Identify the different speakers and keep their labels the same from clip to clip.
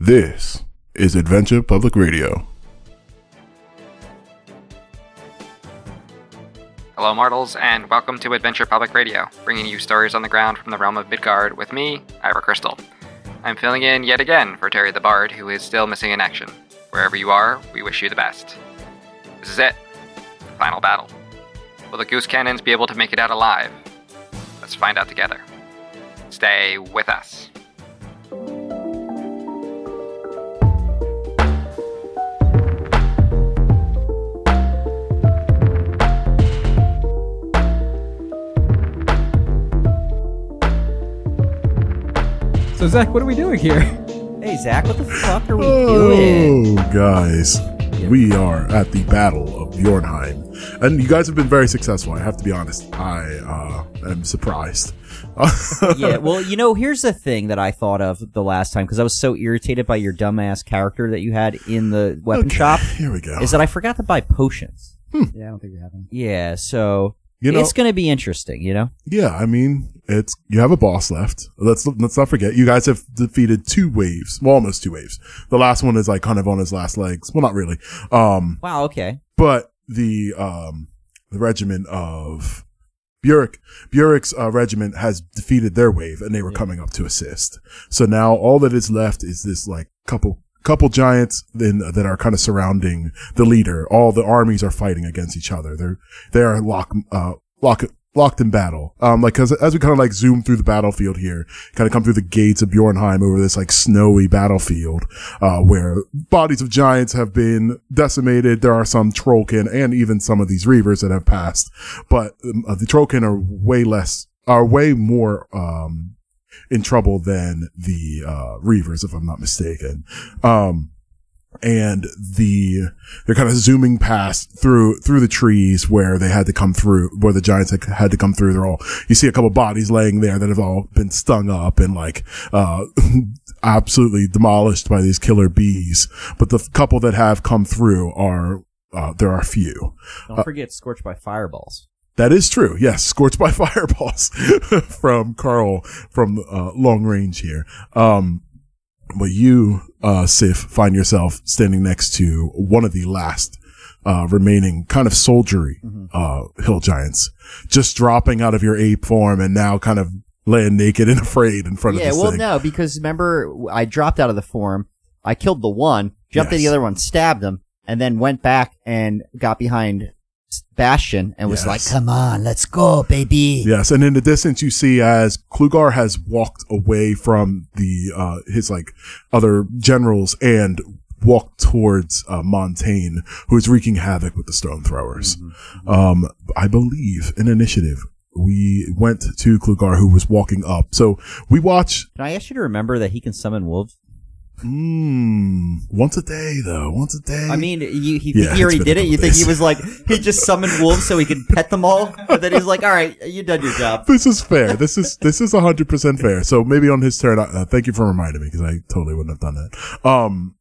Speaker 1: This is Adventure Public Radio.
Speaker 2: Hello, mortals, and welcome to Adventure Public Radio, bringing you stories on the ground from the realm of Midgard with me, Ira Crystal. I'm filling in yet again for Terry the Bard, who is still missing in action. Wherever you are, we wish you the best. This is it. The final battle. Will the goose cannons be able to make it out alive? Let's find out together. Stay with us.
Speaker 3: So Zach, what are we doing here?
Speaker 4: Hey Zach, what the fuck are we doing?
Speaker 1: Oh, guys. We are at the Battle of Bjornheim. And you guys have been very successful. I have to be honest. I uh, am surprised.
Speaker 4: yeah, well, you know, here's the thing that I thought of the last time because I was so irritated by your dumbass character that you had in the weapon
Speaker 1: Okay,
Speaker 4: shop
Speaker 1: Here we go.
Speaker 4: is that I forgot to buy potions.
Speaker 3: Yeah, I don't think we have them.
Speaker 4: Yeah, so
Speaker 1: You know,
Speaker 4: it's gonna be interesting, you know.
Speaker 1: yeah, I mean, it's you have a boss left. Let's let's not forget. You guys have defeated two waves, well, almost two waves. The last one is like kind of on his last legs. Well, not really. Um,
Speaker 4: Wow, okay,
Speaker 1: but the um the regiment of Burek Burek's uh, regiment has defeated their wave and they were coming up to assist. So now all that is left is this like couple couple giants then uh, that are kind of surrounding the leader. All the armies are fighting against each other. They're they are lock uh lock locked in battle. Um like cuz as we kind of like zoom through the battlefield here, kind of come through the gates of Bjornheim over this like snowy battlefield uh, where bodies of giants have been decimated. There are some Trollkin and even some of these Reavers that have passed, but um, uh, the Trollkin are way less, are way more, um, in trouble than the, uh, Reavers, if I'm not mistaken. Um, and the they're kind of zooming past through through the trees where they had to come through where the giants had, had to come through they're all you see a couple bodies laying there that have all been stung up and like uh absolutely demolished by these killer bees but the couple that have come through are uh, there are few.
Speaker 4: don't forget scorched by fireballs.
Speaker 1: That is true. Yes, scorched by fireballs from Carl from uh, long range here. Um, but you, uh, Sif, find yourself standing next to one of the last uh, remaining kind of soldiery
Speaker 4: Mm-hmm.
Speaker 1: uh, hill giants, just dropping out of your ape form and now kind of laying naked and afraid in front
Speaker 4: Yeah,
Speaker 1: of this
Speaker 4: well,
Speaker 1: thing.
Speaker 4: no, because remember I dropped out of the form. I killed the one, jumped at the
Speaker 1: Yes.
Speaker 4: other one, stabbed him, and then went back and got behind Bastion and
Speaker 1: Yes.
Speaker 4: was like, "Come on, let's go, baby."
Speaker 1: Yes, and in the distance you see as Klugar has walked away from the uh his like other generals and walked towards uh, Montaigne, who is wreaking havoc with the stone throwers.
Speaker 4: Mm-hmm.
Speaker 1: Um, I believe in initiative we went to Klugar, who was walking up. So we watch
Speaker 4: Can I ask you to remember that he can summon wolves?
Speaker 1: mm, once a day though, once a day.
Speaker 4: I mean, you, he,
Speaker 1: Yeah,
Speaker 4: he already
Speaker 1: it's been
Speaker 4: did
Speaker 1: a
Speaker 4: it. You
Speaker 1: couple
Speaker 4: think he
Speaker 1: days.
Speaker 4: was like he just summoned wolves so he could pet them all, but then he's like, "All right, you done your job."
Speaker 1: this is fair. This is this is hundred percent fair. So maybe on his turn. Uh, thank you for reminding me because I totally wouldn't have done that. Um,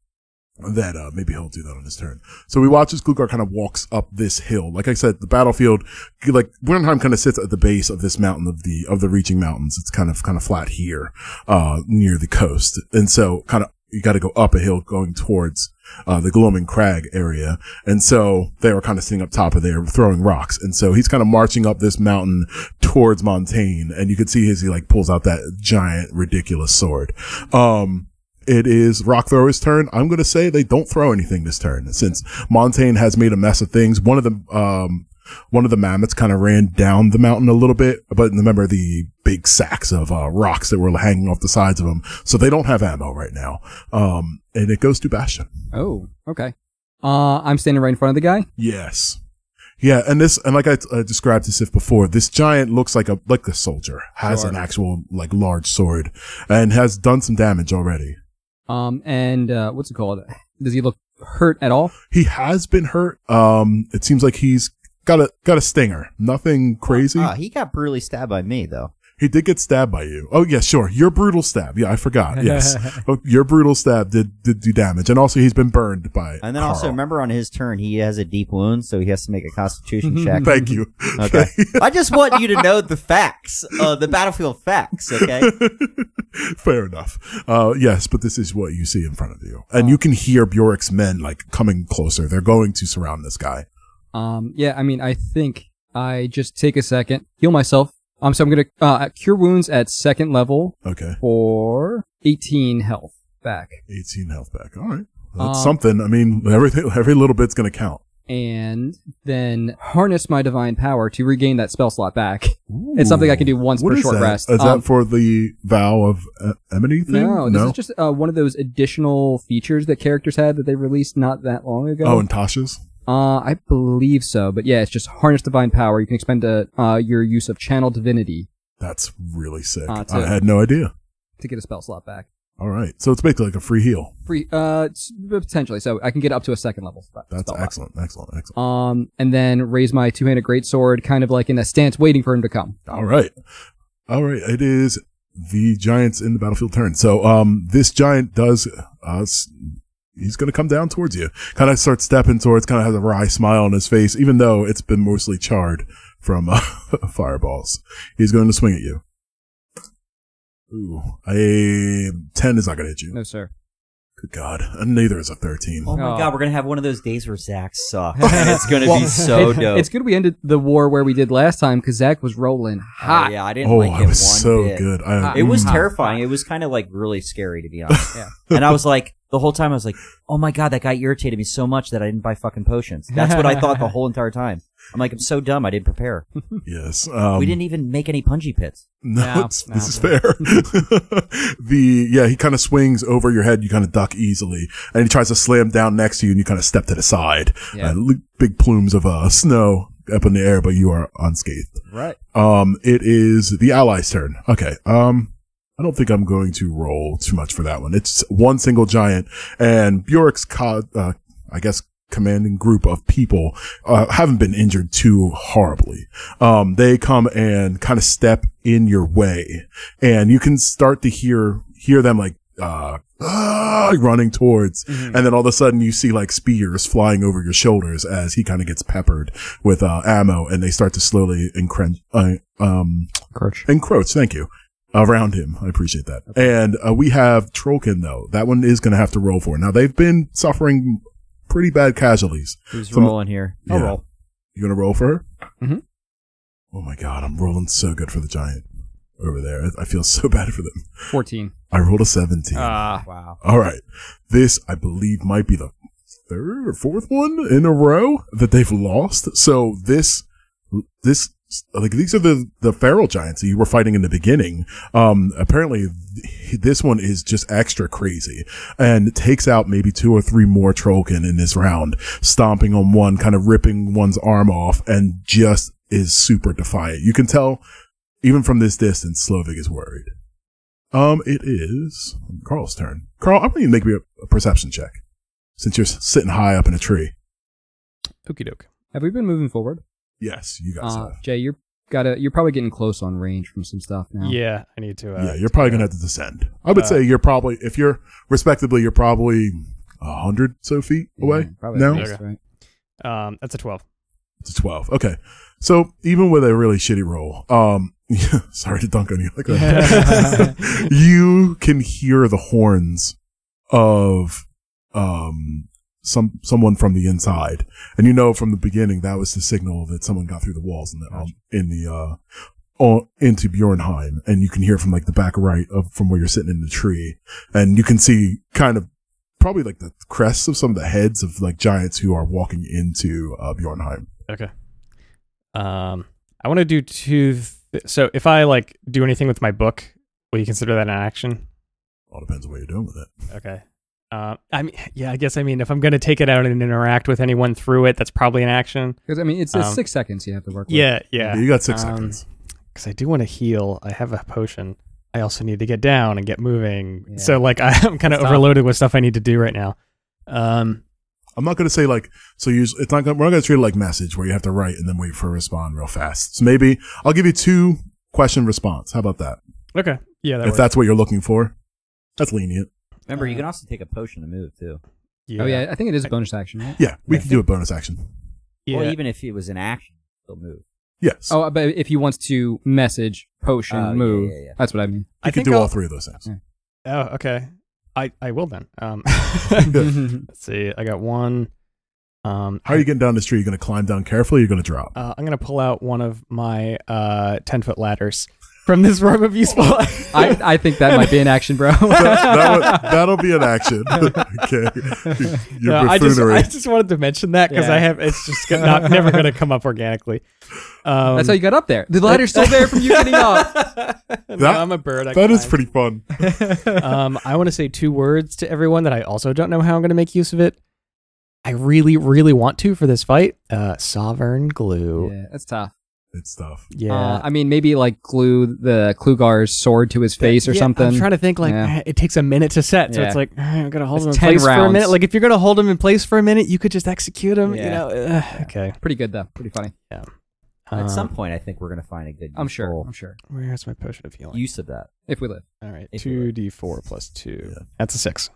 Speaker 1: that uh, maybe he'll do that on his turn. So we watch as Klugar kind of walks up this hill. Like I said, the battlefield, like Wernheim kind of sits at the base of this mountain of the of the reaching mountains. It's kind of kind of flat here, uh, near the coast, and so kind of you got to go up a hill going towards uh, the Gloaming Crag area. And so they were kind of sitting up top of there throwing rocks. And so he's kind of marching up this mountain towards Montaigne. And you can see as he like pulls out that giant, ridiculous sword. Um, it is rock thrower's turn. I'm going to say they don't throw anything this turn since Montaigne has made a mess of things. One of the, um, one of the mammoths kind of ran down the mountain a little bit, but remember the big sacks of uh, rocks that were hanging off the sides of them. So they don't have ammo right now. Um, and it goes to Bastion.
Speaker 3: Oh, okay. Uh, I'm standing right in front of the guy.
Speaker 1: Yes. Yeah, and this, and like I uh, described to Sif before, this giant looks like a like a soldier, has an
Speaker 3: Sure.
Speaker 1: actual like large sword, and has done some damage already.
Speaker 3: Um, and uh, what's it called? Does he look hurt at all?
Speaker 1: He has been hurt. Um, it seems like he's got a got a stinger, nothing crazy.
Speaker 4: Ah, he got brutally stabbed by me though.
Speaker 1: He did get stabbed by you. Oh yeah, sure. Your brutal stab. Yeah, I forgot. Yes, oh, your brutal stab did did do damage, and also he's been burned by.
Speaker 4: And then also
Speaker 1: Carl.
Speaker 4: remember on his turn he has a deep wound, so he has to make a Constitution check.
Speaker 1: Thank you.
Speaker 4: Okay. I just want you to know the facts, uh, the battlefield facts. Okay.
Speaker 1: Fair enough. Uh, yes, but this is what you see in front of you, and
Speaker 4: Oh.
Speaker 1: you can hear Bjork's men like coming closer. They're going to surround this guy.
Speaker 3: Um, yeah, I mean, I think I just take a second, heal myself. Um, so I'm gonna uh, cure wounds at second level
Speaker 1: Okay,
Speaker 3: for 18 health back,
Speaker 1: eighteen health back. All right, that's
Speaker 3: Um,
Speaker 1: something. I mean, everything, every little bit's gonna count.
Speaker 3: and then harness my divine power to regain that spell slot back. It's something I can do once
Speaker 1: What
Speaker 3: per
Speaker 1: is
Speaker 3: short
Speaker 1: that?
Speaker 3: rest.
Speaker 1: Is
Speaker 3: Um,
Speaker 1: that for the vow of uh, Emily thing?
Speaker 3: No, this is just uh, one of those additional features that characters had that they released not that long ago.
Speaker 1: oh, and Tasha's.
Speaker 3: Uh, I believe so, but yeah, it's just harness divine power. You can expend uh, uh, your use of channel divinity
Speaker 1: That's really sick.
Speaker 3: Uh, it's
Speaker 1: I
Speaker 3: a-
Speaker 1: had no idea.
Speaker 3: to get a spell slot back.
Speaker 1: All right, so it's basically like a free heal.
Speaker 3: Free, uh, s- potentially. So I can get up to a second level. sp-
Speaker 1: That's
Speaker 3: spell slot.
Speaker 1: excellent, excellent, excellent.
Speaker 3: Um, and then raise my two-handed greatsword, kind of like in a stance, waiting for him to come.
Speaker 1: All right, all right. It is the giants in the battlefield turn. So, um, this giant does uh, s- he's going to come down towards you. Kind of starts stepping towards. Kind of has a wry smile on his face, even though it's been mostly charred from uh, fireballs. He's going to swing at you. Ooh, a ten is not going to hit you.
Speaker 3: No, sir.
Speaker 1: Good God, and neither is a thirteen.
Speaker 4: Oh my
Speaker 3: Oh.
Speaker 4: god, we're gonna have one of those days where Zach sucks. and it's gonna be so
Speaker 3: It-
Speaker 4: dope.
Speaker 3: It's good we ended the war where we did last time because Zach was rolling
Speaker 4: Oh,
Speaker 3: hot.
Speaker 4: yeah, I didn't
Speaker 1: Oh,
Speaker 4: like
Speaker 1: I
Speaker 4: it
Speaker 1: was
Speaker 4: one
Speaker 1: so
Speaker 4: bit.
Speaker 1: good. I,
Speaker 4: It was
Speaker 1: mm.
Speaker 4: terrifying. It was kind of like really scary to be honest.
Speaker 3: Mm-hmm. Yeah.
Speaker 4: And I was like, the whole time I was like, oh my god, that guy irritated me so much that I didn't buy fucking potions. That's what I thought the whole entire time. I'm like, I'm so dumb. I didn't prepare.
Speaker 1: Yes. Um,
Speaker 4: we didn't even make any punji pits.
Speaker 1: No,
Speaker 3: No,
Speaker 1: it's- this
Speaker 3: no.
Speaker 1: is fair. the yeah, he kind of swings over your head. You kind of duck easily, and he tries to slam down next to you, and you kind of step to the side.
Speaker 3: Yeah.
Speaker 1: Uh, li- big plumes of uh, snow up in the air, but you are unscathed.
Speaker 3: Right.
Speaker 1: Um, it is the allies' turn. Okay. Um, I don't think I'm going to roll too much for that one. It's one single giant, and Bjork's, co- uh, I guess, commanding group of people uh, haven't been injured too horribly. Um, they come and kind of step in your way, and you can start to hear hear them like. Uh, ah, running towards, and then all of a sudden you see like spears flying over your shoulders as he kind of gets peppered with uh, ammo, and they start to slowly encren- uh, um,
Speaker 4: Oh,
Speaker 3: Crouch.
Speaker 1: encroach. Thank you. Around him. I appreciate that. And uh, we have Trollkin, though. That one is going to have to roll for. Now, they've been suffering pretty bad casualties.
Speaker 4: Who's
Speaker 1: Some-
Speaker 4: rolling here? I'll
Speaker 1: Yeah.
Speaker 4: roll.
Speaker 1: You going to roll for her?
Speaker 3: Mhm.
Speaker 1: Oh, my God. I'm rolling so good for the giant over there. I feel so bad for them.
Speaker 3: Fourteen.
Speaker 1: I rolled a 17.
Speaker 3: Ah.
Speaker 4: Wow.
Speaker 1: All right. This, I believe, might be the third or fourth one in a row that they've lost. So this, this, like these are the the feral giants that you were fighting in the beginning. Um, apparently, th- this one is just extra crazy and takes out maybe two or three more Trollkin in this round, stomping on one, kind of ripping one's arm off, and just is super defiant. You can tell even from this distance, Slovak is worried. Um, it is Carl's turn. Carl, I'm going to make me a, a perception check since you're s- sitting high up in a tree.
Speaker 5: Okie doke.
Speaker 3: Have we been moving forward?
Speaker 1: Yes, you guys
Speaker 3: Uh,
Speaker 1: have.
Speaker 3: Jay, you're gotta. You're probably getting close on range from some stuff now.
Speaker 5: Yeah, I need to. Uh,
Speaker 1: yeah, you're probably going to have to descend. I would
Speaker 5: Uh,
Speaker 1: say you're probably, if you're respectively, you're probably a hundred so feet
Speaker 3: Yeah,
Speaker 1: away.
Speaker 3: Probably
Speaker 1: No?
Speaker 3: at least,
Speaker 5: Okay.
Speaker 3: right?
Speaker 5: Um, that's a twelve.
Speaker 1: It's a 12. Okay. So even with a really shitty roll, um, sorry to dunk on you like that. you can hear the horns of, um, some, someone from the inside. And you know from the beginning that was the signal that someone got through the walls in the, um, in the, uh, on, into Bjornheim. And you can hear from like the back right of, from where you're sitting in the tree. And you can see kind of probably like the crests of some of the heads of like giants who are walking into, uh, Bjornheim.
Speaker 5: Okay. Um, I want to do two. Th- so if I like do anything with my book, will you consider that an action?
Speaker 1: All depends on what you're doing with it.
Speaker 5: Okay. Um, I mean, yeah, I guess I mean if I'm gonna take it out and interact with anyone through it, that's probably an action.
Speaker 3: Because I mean, it's, it's
Speaker 5: Um,
Speaker 3: six seconds you have to work. with.
Speaker 5: Yeah, yeah.
Speaker 1: You got six
Speaker 5: Um,
Speaker 1: seconds.
Speaker 5: Because I do want to heal. I have a potion. I also need to get down and get moving.
Speaker 3: Yeah.
Speaker 5: So like I, I'm kind of
Speaker 3: It's tough.
Speaker 5: overloaded with stuff I need to do right now. Um,
Speaker 1: I'm not going to say like so. You, it's not. Gonna, we're not going to treat it like message where you have to write and then wait for a respond real fast. So maybe I'll give you two question response. How about that?
Speaker 5: Okay. Yeah. That
Speaker 1: if
Speaker 5: works.
Speaker 1: that's what you're looking for, that's lenient.
Speaker 4: Remember, you can also take a potion to move too.
Speaker 3: Oh yeah, I think it is a bonus action. Right?
Speaker 1: Yeah, we
Speaker 5: I
Speaker 1: can do a bonus action.
Speaker 5: Yeah.
Speaker 4: Or even if it was an action, still move.
Speaker 1: Yes,
Speaker 3: Oh, but if he wants to message, potion,
Speaker 4: Oh, yeah,
Speaker 3: move,
Speaker 4: yeah, yeah.
Speaker 3: that's what I mean.
Speaker 1: you
Speaker 5: I
Speaker 1: can
Speaker 5: think
Speaker 1: do
Speaker 5: I'll-
Speaker 1: all three of those things.
Speaker 5: Oh, okay. I, I will then. Um, let's see. I got one. Um,
Speaker 1: How are you getting down this tree? You're going to climb down carefully. Or you're going to drop.
Speaker 5: Uh, I'm gonna pull out one of my uh, ten foot ladders from this room of useful.
Speaker 3: I, I think that might be an action, bro.
Speaker 5: Um,
Speaker 1: that will be an action. okay, your
Speaker 5: No, I just
Speaker 1: buffoonery.
Speaker 5: I just wanted to mention that because I
Speaker 3: Yeah.
Speaker 5: have it's just go- not never gonna come up organically. Um,
Speaker 3: That's how you got up there. The ladder's still there from you getting up.
Speaker 5: no,
Speaker 1: that-
Speaker 5: I'm a bird. I
Speaker 1: that is
Speaker 5: climb.
Speaker 1: pretty fun.
Speaker 5: um, I want to say two words to everyone that I also don't know how I'm gonna make use of it. I really, really want to for this fight. Uh, sovereign glue.
Speaker 3: Yeah, that's tough.
Speaker 1: It's stuff.
Speaker 5: Yeah.
Speaker 3: Uh, I mean, maybe like glue the Klugar's sword to his face or
Speaker 5: Yeah,
Speaker 3: something.
Speaker 5: I'm trying to think like
Speaker 3: Yeah.
Speaker 5: eh, it takes a minute to set, so
Speaker 3: Yeah.
Speaker 5: it's like all right, I'm gonna
Speaker 3: It's
Speaker 5: hold him in
Speaker 3: 10
Speaker 5: place for a minute.
Speaker 3: rounds.
Speaker 5: Like if you're gonna hold him in place for a minute, you could just execute him. You
Speaker 3: Yeah.
Speaker 5: know. Ugh, okay.
Speaker 3: Pretty good though. Pretty funny.
Speaker 5: Um,
Speaker 4: At some point, I think we're gonna find a good.
Speaker 3: Uh, I'm sure.
Speaker 4: useful
Speaker 3: I'm sure.
Speaker 5: where's my potion of healing?
Speaker 4: Use of that.
Speaker 3: If we live.
Speaker 5: all right,
Speaker 4: if you
Speaker 5: two
Speaker 4: would.
Speaker 5: d four plus two. That's a six.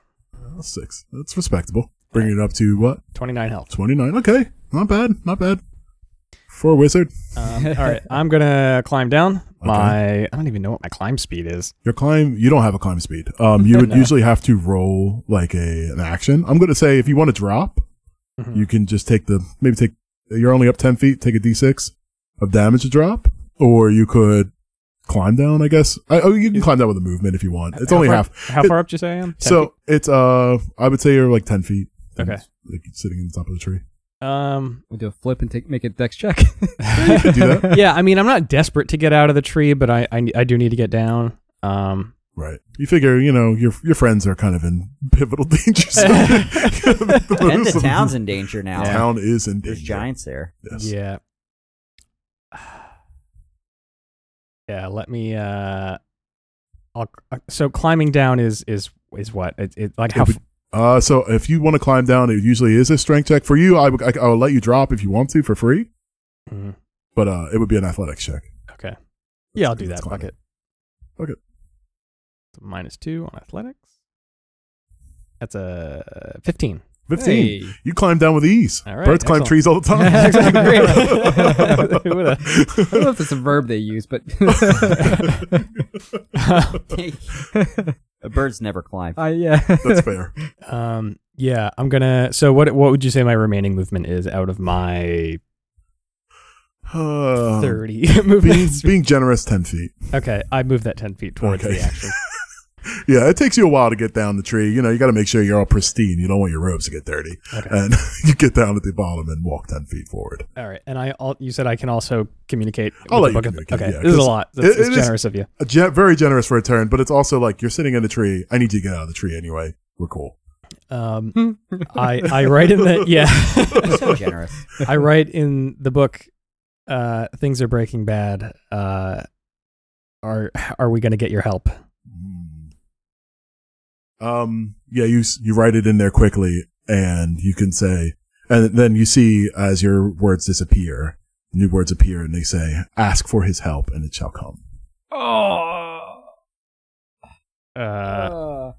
Speaker 1: Well, six. That's respectable. Bringing it up to what?
Speaker 5: Twenty nine health.
Speaker 1: Twenty nine. Okay, not bad. Not bad. For a wizard,
Speaker 5: Um, all right, I'm gonna climb down. My I don't even know what my climb speed is.
Speaker 1: your climb. You don't have a climb speed. Um, you would usually have to roll like a an action. I'm going to say if you want to drop,
Speaker 5: Mhm.
Speaker 1: you can just take the maybe take. You're only up ten feet. Take a d6 of damage to drop, or you could climb down. I guess. I, oh, you can climb down with a movement if you want. It's
Speaker 5: How
Speaker 1: only
Speaker 5: far-
Speaker 1: half.
Speaker 5: How far up do you say I am? 10
Speaker 1: So it's uh, I would say you're like ten feet.
Speaker 5: Okay.
Speaker 1: Like sitting in the top of the tree.
Speaker 5: feet? Um.
Speaker 3: We'll do a flip and take make a dex check.
Speaker 1: You could do that,
Speaker 5: Yeah. I mean, I'm not desperate to get out of the tree, but I I, I do need to get down. Um.
Speaker 1: right? You figure, you know, your your friends are kind of in pivotal danger. so- the
Speaker 4: And
Speaker 1: most
Speaker 4: the
Speaker 1: of
Speaker 4: town's in danger now.
Speaker 1: town is in
Speaker 4: There's
Speaker 1: danger.
Speaker 4: giants there.
Speaker 1: Yes.
Speaker 5: Yeah. Yeah, let me uh I'll, uh, so climbing down is is is what? It, it like how
Speaker 1: It would-
Speaker 5: f-
Speaker 1: Uh, so if you want to climb down, it usually is a strength check for you. I would I, I will let you drop if you want to for free,
Speaker 5: Mhm.
Speaker 1: but uh, it would be an athletics check.
Speaker 5: Okay. Yeah, I'll do
Speaker 1: Let's
Speaker 5: that.
Speaker 1: climb
Speaker 5: Fuck it.
Speaker 1: Fuck it.
Speaker 5: So minus 2 on athletics. That's a 15.
Speaker 1: Fifteen.
Speaker 3: Hey.
Speaker 1: You climb down with ease.
Speaker 5: All right,
Speaker 1: Birds climb
Speaker 5: excellent.
Speaker 1: trees all the time.
Speaker 5: Great. Who woulda?
Speaker 3: I don't know if that's a verb they use, but
Speaker 4: Uh, Birds never climb.
Speaker 3: I yeah.
Speaker 1: That's fair.
Speaker 5: um yeah, I'm going to So what what would you say my remaining movement is out of my
Speaker 1: Um,
Speaker 5: 30
Speaker 1: being,
Speaker 5: movements?
Speaker 1: being generous, ten feet.
Speaker 5: okay, I move that 10 feet towards
Speaker 1: Okay.
Speaker 5: the action.
Speaker 1: Yeah, it takes you a while to get down the tree. You know, you got to make sure you're all pristine. You don't want your robes to get dirty.
Speaker 5: Okay.
Speaker 1: And you get down at the bottom and walk 10 feet forward.
Speaker 5: All right, and I al- you said I can also communicate. with
Speaker 1: I'll
Speaker 5: the
Speaker 1: let you
Speaker 5: book of-
Speaker 1: communicate,
Speaker 5: Okay,
Speaker 1: yeah,
Speaker 5: this is a
Speaker 1: 'cause
Speaker 5: lot. That's,
Speaker 1: it-
Speaker 5: that's
Speaker 1: it is-
Speaker 5: generous of you.
Speaker 1: A ge- very generous for a turn, but it's also like you're sitting in a tree. I need you to get out of the tree anyway. We're cool.
Speaker 5: Um, I I write in the yeah
Speaker 4: so generous.
Speaker 5: I write in the book. Uh, things are breaking bad. Uh, are are we going to get your help?
Speaker 1: Mm. Um, yeah, you, s- you write it in there quickly and you can say, and then you see as your words disappear, new words appear and they say, ask for his help and it shall come.
Speaker 2: Oh.
Speaker 5: Uh,
Speaker 3: Oh.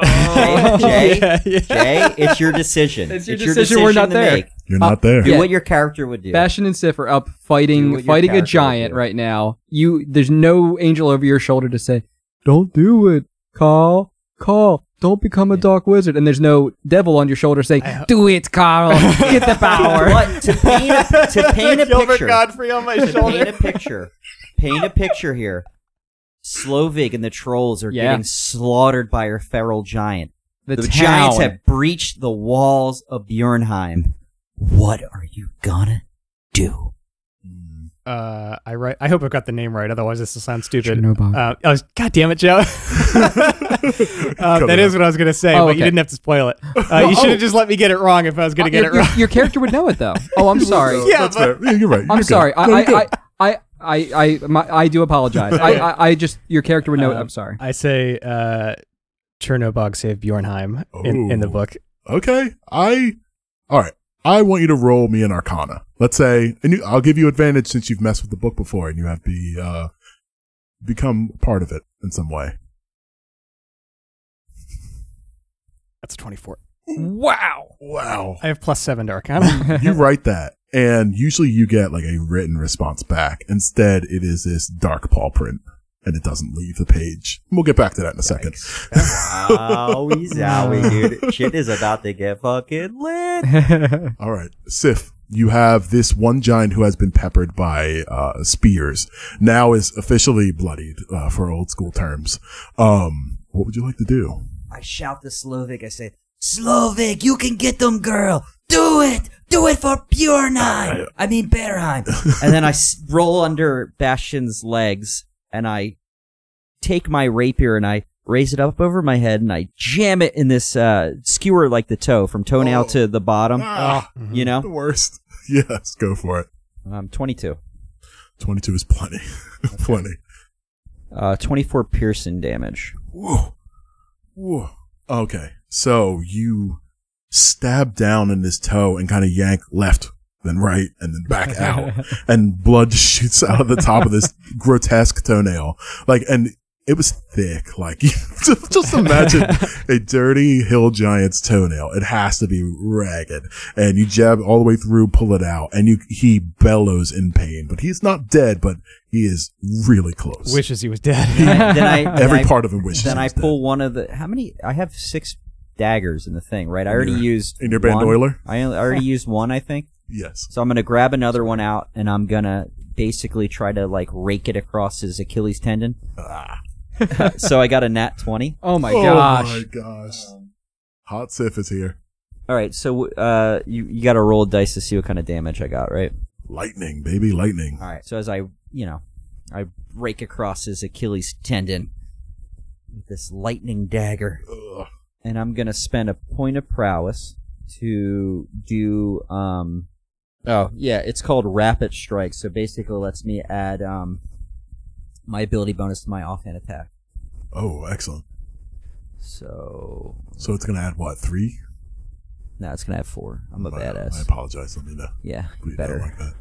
Speaker 5: Oh.
Speaker 4: Jay, Jay,
Speaker 5: yeah, yeah.
Speaker 4: Jay, it's your decision.
Speaker 3: It's your decision, we're not
Speaker 4: to
Speaker 3: there.
Speaker 4: make.
Speaker 1: You're
Speaker 3: Uh,
Speaker 1: not there.
Speaker 4: Do
Speaker 3: Yeah.
Speaker 4: what your character would do.
Speaker 3: Bastion and Sif are up
Speaker 4: Do
Speaker 3: fighting
Speaker 4: what your
Speaker 3: fighting a
Speaker 4: character
Speaker 3: giant
Speaker 4: would do.
Speaker 3: right now. You there's no angel over your shoulder to say, Don't do it, Carl. Carl, don't become a dark wizard. And there's no devil on your shoulder saying, Do it, Carl. Get the power.
Speaker 4: What to paint a, to paint a picture?
Speaker 5: Godfrey on my
Speaker 4: to paint a picture. Paint a picture here. Slovig and the trolls are
Speaker 3: Yeah.
Speaker 4: getting slaughtered by your feral giant.
Speaker 3: the town.
Speaker 4: giants have breached the walls of Bjornheim. What are you gonna do?
Speaker 5: Uh, I write. I hope I've got the name right. Otherwise, this will sound stupid.
Speaker 3: Should've known about it.
Speaker 5: Uh, I was, God damn it, Joe. um,
Speaker 1: Cut
Speaker 5: that
Speaker 1: it
Speaker 5: is
Speaker 1: out.
Speaker 5: what I was going to say,
Speaker 3: Oh,
Speaker 5: but
Speaker 3: okay.
Speaker 5: you didn't have to spoil it. Uh, you should have just let me get it wrong if I was going to get
Speaker 3: Uh, your,
Speaker 5: it wrong.
Speaker 3: your- your character would know it though. Oh, I'm sorry.
Speaker 5: Yeah,
Speaker 1: That's
Speaker 5: but-
Speaker 1: fair. Yeah, you're right. You're
Speaker 3: I'm
Speaker 1: good.
Speaker 3: sorry. I
Speaker 1: No, you're
Speaker 3: I,
Speaker 1: good.
Speaker 3: I I I I my, I do apologize. I, I I just your character would know. it.
Speaker 5: Um,
Speaker 3: I'm sorry.
Speaker 5: I say uh Chernobog saved Bjornheim in, in the
Speaker 1: Oh.
Speaker 5: book.
Speaker 1: okay i all right I want you to roll me an Arcana. Let's say, and you, I'll give you advantage since you've messed with the book before and you have be uh, become part of it in some way.
Speaker 5: That's a 24.
Speaker 1: Wow! Wow!
Speaker 5: I have plus seven to Arcana.
Speaker 1: you write that, and usually you get like a written response back. Instead, it is this dark paw print, and it doesn't leave the page. We'll get back to that in a second.
Speaker 4: Owie, zowie, dude. Shit is about to get fucking lit.
Speaker 1: All right, Sif, you have this one giant who has been peppered by uh, spears. Now is officially bloodied uh, for old school terms. Um, what would you like to do?
Speaker 4: I shout to Slovak. I say, Slovak, you can get them, girl. Do it. Do it for Bjornheim. I mean, Bearheim. and then I s- roll under Bastion's legs and I take my rapier and I raise it up over my head and I jam it in this uh, skewer like the toe from toenail
Speaker 1: Oh.
Speaker 4: to the bottom.
Speaker 1: Ah,
Speaker 4: You
Speaker 1: the
Speaker 4: know?
Speaker 1: worst. Yes, go for it.
Speaker 4: Um, 22.
Speaker 1: Twenty-two is plenty. plenty.
Speaker 4: Uh, 24 piercing damage.
Speaker 1: Whoa. Whoa. Okay. So you stab down in his toe and kind of yank left, then right, and then back out. and blood shoots out of the top of this grotesque toenail. Like, and it was thick. Like, just just imagine a dirty hill giant's toenail. It has to be ragged. And you jab all the way through, pull it out, and you, he bellows in pain, but he's not dead, but he is really close.
Speaker 5: Wishes he was dead.
Speaker 4: And then I,
Speaker 1: Every
Speaker 4: then I-
Speaker 1: part of him wishes.
Speaker 4: Then
Speaker 1: he
Speaker 4: I
Speaker 1: was dead.
Speaker 4: pull one of the. How many? I have six daggers in the thing, right? I
Speaker 1: In
Speaker 4: already
Speaker 1: your-
Speaker 4: used.
Speaker 1: in your bandoiler?
Speaker 4: one. I only- I already used one, I think.
Speaker 1: Yes.
Speaker 4: So I'm gonna grab another one out, and I'm gonna basically try to like rake it across his Achilles tendon. Ah. so I got a nat twenty.
Speaker 3: Oh my
Speaker 1: oh
Speaker 3: gosh.
Speaker 1: my gosh. Hot Sif is here.
Speaker 4: All right, so uh, you you got to roll dice to see what kind of damage I got, right?
Speaker 1: Lightning, baby, lightning.
Speaker 4: All right. So as I, you know, I rake across his Achilles tendon with this lightning dagger.
Speaker 1: Ugh.
Speaker 4: and I'm gonna spend a point of prowess to do um oh yeah, it's called rapid strike, so basically lets me add um my ability bonus to my offhand attack.
Speaker 1: Oh, excellent.
Speaker 4: So
Speaker 1: So it's going to add what, three?
Speaker 4: now it's gonna have four. I'm a
Speaker 1: My- I
Speaker 4: badass.
Speaker 1: apologize. Let me know.
Speaker 4: Yeah,
Speaker 1: Please don't
Speaker 4: better.
Speaker 1: like that.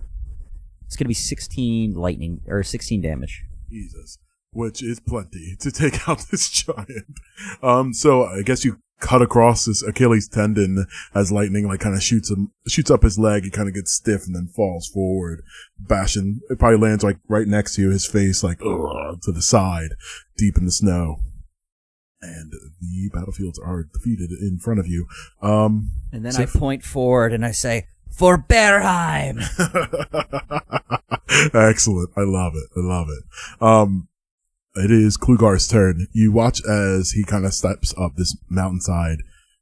Speaker 4: It's gonna be sixteen lightning or sixteen damage.
Speaker 1: Jesus. Which is plenty to take out this giant. Um, so I guess you cut across this Achilles tendon as lightning, like kind of shoots him, shoots up his leg. He kind of gets stiff and then falls forward, bashing. It probably lands like right next to you, his face like ugh, to the side, deep in the snow. And the battlefields are defeated in front of you. Um,
Speaker 4: And then
Speaker 1: So-
Speaker 4: I point forward and I say, For Bearheim
Speaker 1: Excellent. I love it. I love it. Um, it is Klugar's turn. You watch as he kind of steps up this mountainside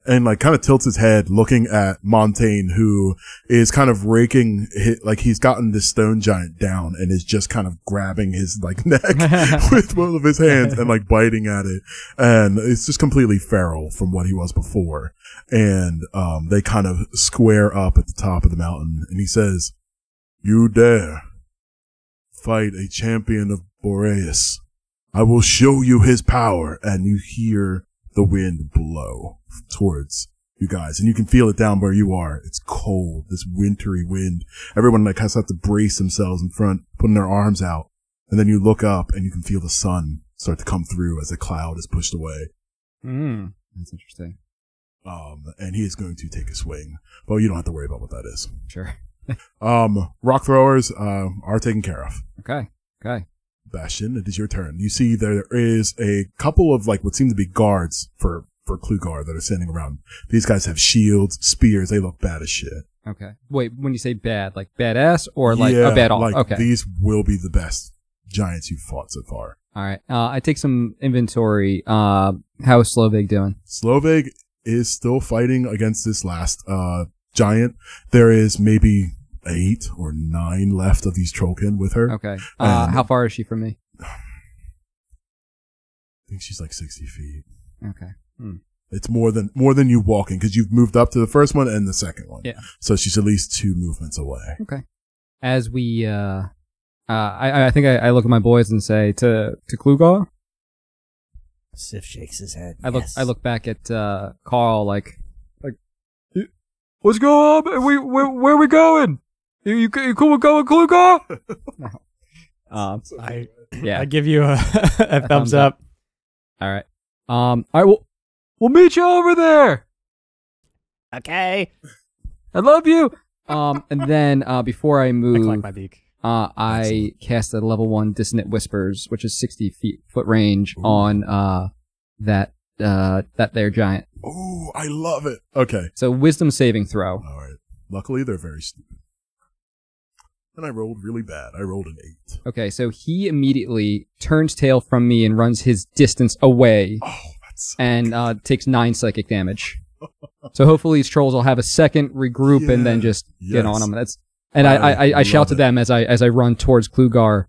Speaker 1: and like kind of tilts his head looking at Montaigne, who is kind of raking hit, like he's gotten this stone giant down and is just kind of grabbing his like neck with both of his hands and like biting at it. And it's just completely feral from what he was before. And, um, they kind of square up at the top of the mountain and he says, you dare fight a champion of Boreas. I will show you his power. And you hear the wind blow towards you guys. And you can feel it down where you are. It's cold, this wintry wind. Everyone like has to have to brace themselves in front, putting their arms out. And then you look up and you can feel the sun start to come through as the cloud is pushed away.
Speaker 5: Mm.
Speaker 3: Hmm. That's interesting.
Speaker 1: Um, and he is going to take a swing. But you don't have to worry about what that is.
Speaker 3: Sure.
Speaker 1: Um, rock throwers, uh, are taken care of.
Speaker 3: Okay. Okay.
Speaker 1: Bastion, it is your turn. You see there is a couple of like what seem to be guards for for Klugar that are standing around. These guys have shields, spears. They look bad as shit.
Speaker 3: Okay. Wait, when you say bad, like badass or like
Speaker 1: Yeah,
Speaker 3: a bad off?
Speaker 1: like,
Speaker 3: okay.
Speaker 1: These will be the best giants you've fought so far.
Speaker 3: All right. Uh, I take some inventory. Uh, how is Slovak doing?
Speaker 1: Slovak is still fighting against this last uh giant. There is maybe eight or nine left of these Trollkin with her.
Speaker 3: Okay. Uh,
Speaker 1: Um,
Speaker 3: how far is she from me?
Speaker 1: I think she's like sixty feet.
Speaker 3: Okay.
Speaker 1: It's more than more than you walking because you've moved up to the first one and the second one.
Speaker 3: Yeah.
Speaker 1: So she's at least two movements away.
Speaker 3: Okay. As we, uh, uh, I, I think I, I look at my boys and say to to Klugar.
Speaker 4: Sif shakes his head.
Speaker 3: I look
Speaker 4: "Yes."
Speaker 3: I look back at uh, Carl like like "You- What's going on? We, we where we going? You you, you cool with going Klugar?
Speaker 4: Um,
Speaker 5: I,
Speaker 3: Yeah.
Speaker 5: I give you a, a
Speaker 4: thumbs
Speaker 5: thumbs up.
Speaker 3: all right. Um. All right. Well, we'll meet you over there.
Speaker 5: Okay.
Speaker 3: I love you. Um. And then uh, before I
Speaker 5: I
Speaker 3: move,
Speaker 5: clack my beak.
Speaker 3: Uh, I cast a level one dissonant whispers, which is sixty feet foot range on uh that uh that there giant.
Speaker 1: Oh, I love it. Okay.
Speaker 3: So wisdom saving throw.
Speaker 1: All right. Luckily, they're very stupid. And I rolled really bad. I rolled an eight.
Speaker 3: Okay, so he immediately turns tail from me and runs his distance away
Speaker 1: Oh, that's
Speaker 3: and uh, takes nine psychic damage. So hopefully these trolls will have a second regroup and then
Speaker 1: Yeah.
Speaker 3: just get on
Speaker 1: Yes.
Speaker 3: them. That's and I I, I, I
Speaker 1: Love
Speaker 3: shout to
Speaker 1: it.
Speaker 3: them as I as I run towards Klugar.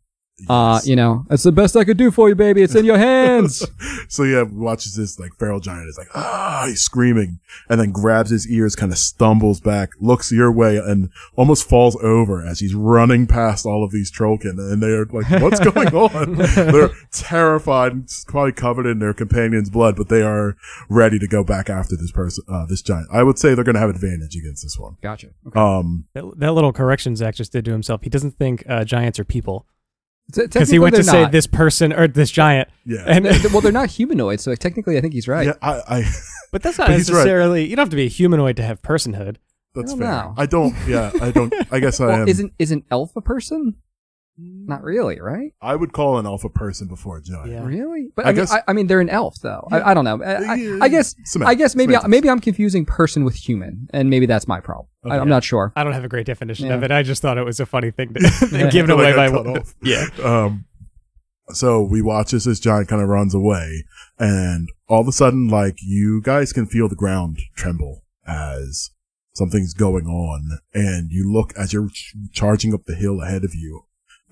Speaker 3: Uh,
Speaker 1: yes.
Speaker 3: you know, that's the best I could do for you, baby. It's in your hands.
Speaker 1: so yeah, watches this like feral giant is like ah, he's screaming, and then grabs his ears, kind of stumbles back, looks your way, and almost falls over as he's running past all of these trollkin, and they're like, "What's going on?" they're terrified, and s- probably covered in their companion's blood, but they are ready to go back after this person, uh, this giant. I would say they're going to have advantage against this one.
Speaker 3: gotcha. Okay.
Speaker 1: Um,
Speaker 5: That, that little correction Zach just did to himself. He doesn't think uh, giants are people
Speaker 3: Te-
Speaker 5: because
Speaker 3: technically
Speaker 5: he went to
Speaker 3: they're
Speaker 5: say
Speaker 3: not.
Speaker 5: this person or this giant,
Speaker 1: yeah.
Speaker 5: and
Speaker 3: Th- th- well, they're not humanoid, so technically I think he's right.
Speaker 1: Yeah, I, I
Speaker 5: but that's not
Speaker 1: But he's right.
Speaker 5: necessarily. You don't have to be a humanoid to have personhood.
Speaker 1: that's
Speaker 3: I don't
Speaker 1: fair.
Speaker 3: know.
Speaker 1: I don't. Yeah, I don't. I guess I
Speaker 3: well,
Speaker 1: am.
Speaker 3: isn't isn't elf a person? Not really, right?
Speaker 1: I would call an alpha person before a giant.
Speaker 5: Mm. Yeah.
Speaker 3: Really? But
Speaker 1: I
Speaker 3: I, mean,
Speaker 1: guess-
Speaker 3: I, I mean, they're an elf, though. I, I don't know. I, I, I guess. I
Speaker 1: Semantics.
Speaker 3: guess maybe I,
Speaker 1: Semantics.
Speaker 3: maybe I'm confusing person with human, and maybe that's my problem. I,
Speaker 1: Okay.
Speaker 3: I'm not sure.
Speaker 5: I don't have a great definition of
Speaker 3: Yeah.
Speaker 5: it. I just thought it was a funny thing to
Speaker 3: Yeah.
Speaker 5: given
Speaker 1: I feel
Speaker 5: away
Speaker 1: like I
Speaker 5: by
Speaker 1: cut
Speaker 5: one.
Speaker 1: off.
Speaker 5: Yeah.
Speaker 1: Um, so we watch as this giant kind of runs away, and all of a sudden, like you guys can feel the ground tremble as something's going on, and you look as you're ch- charging up the hill ahead of you.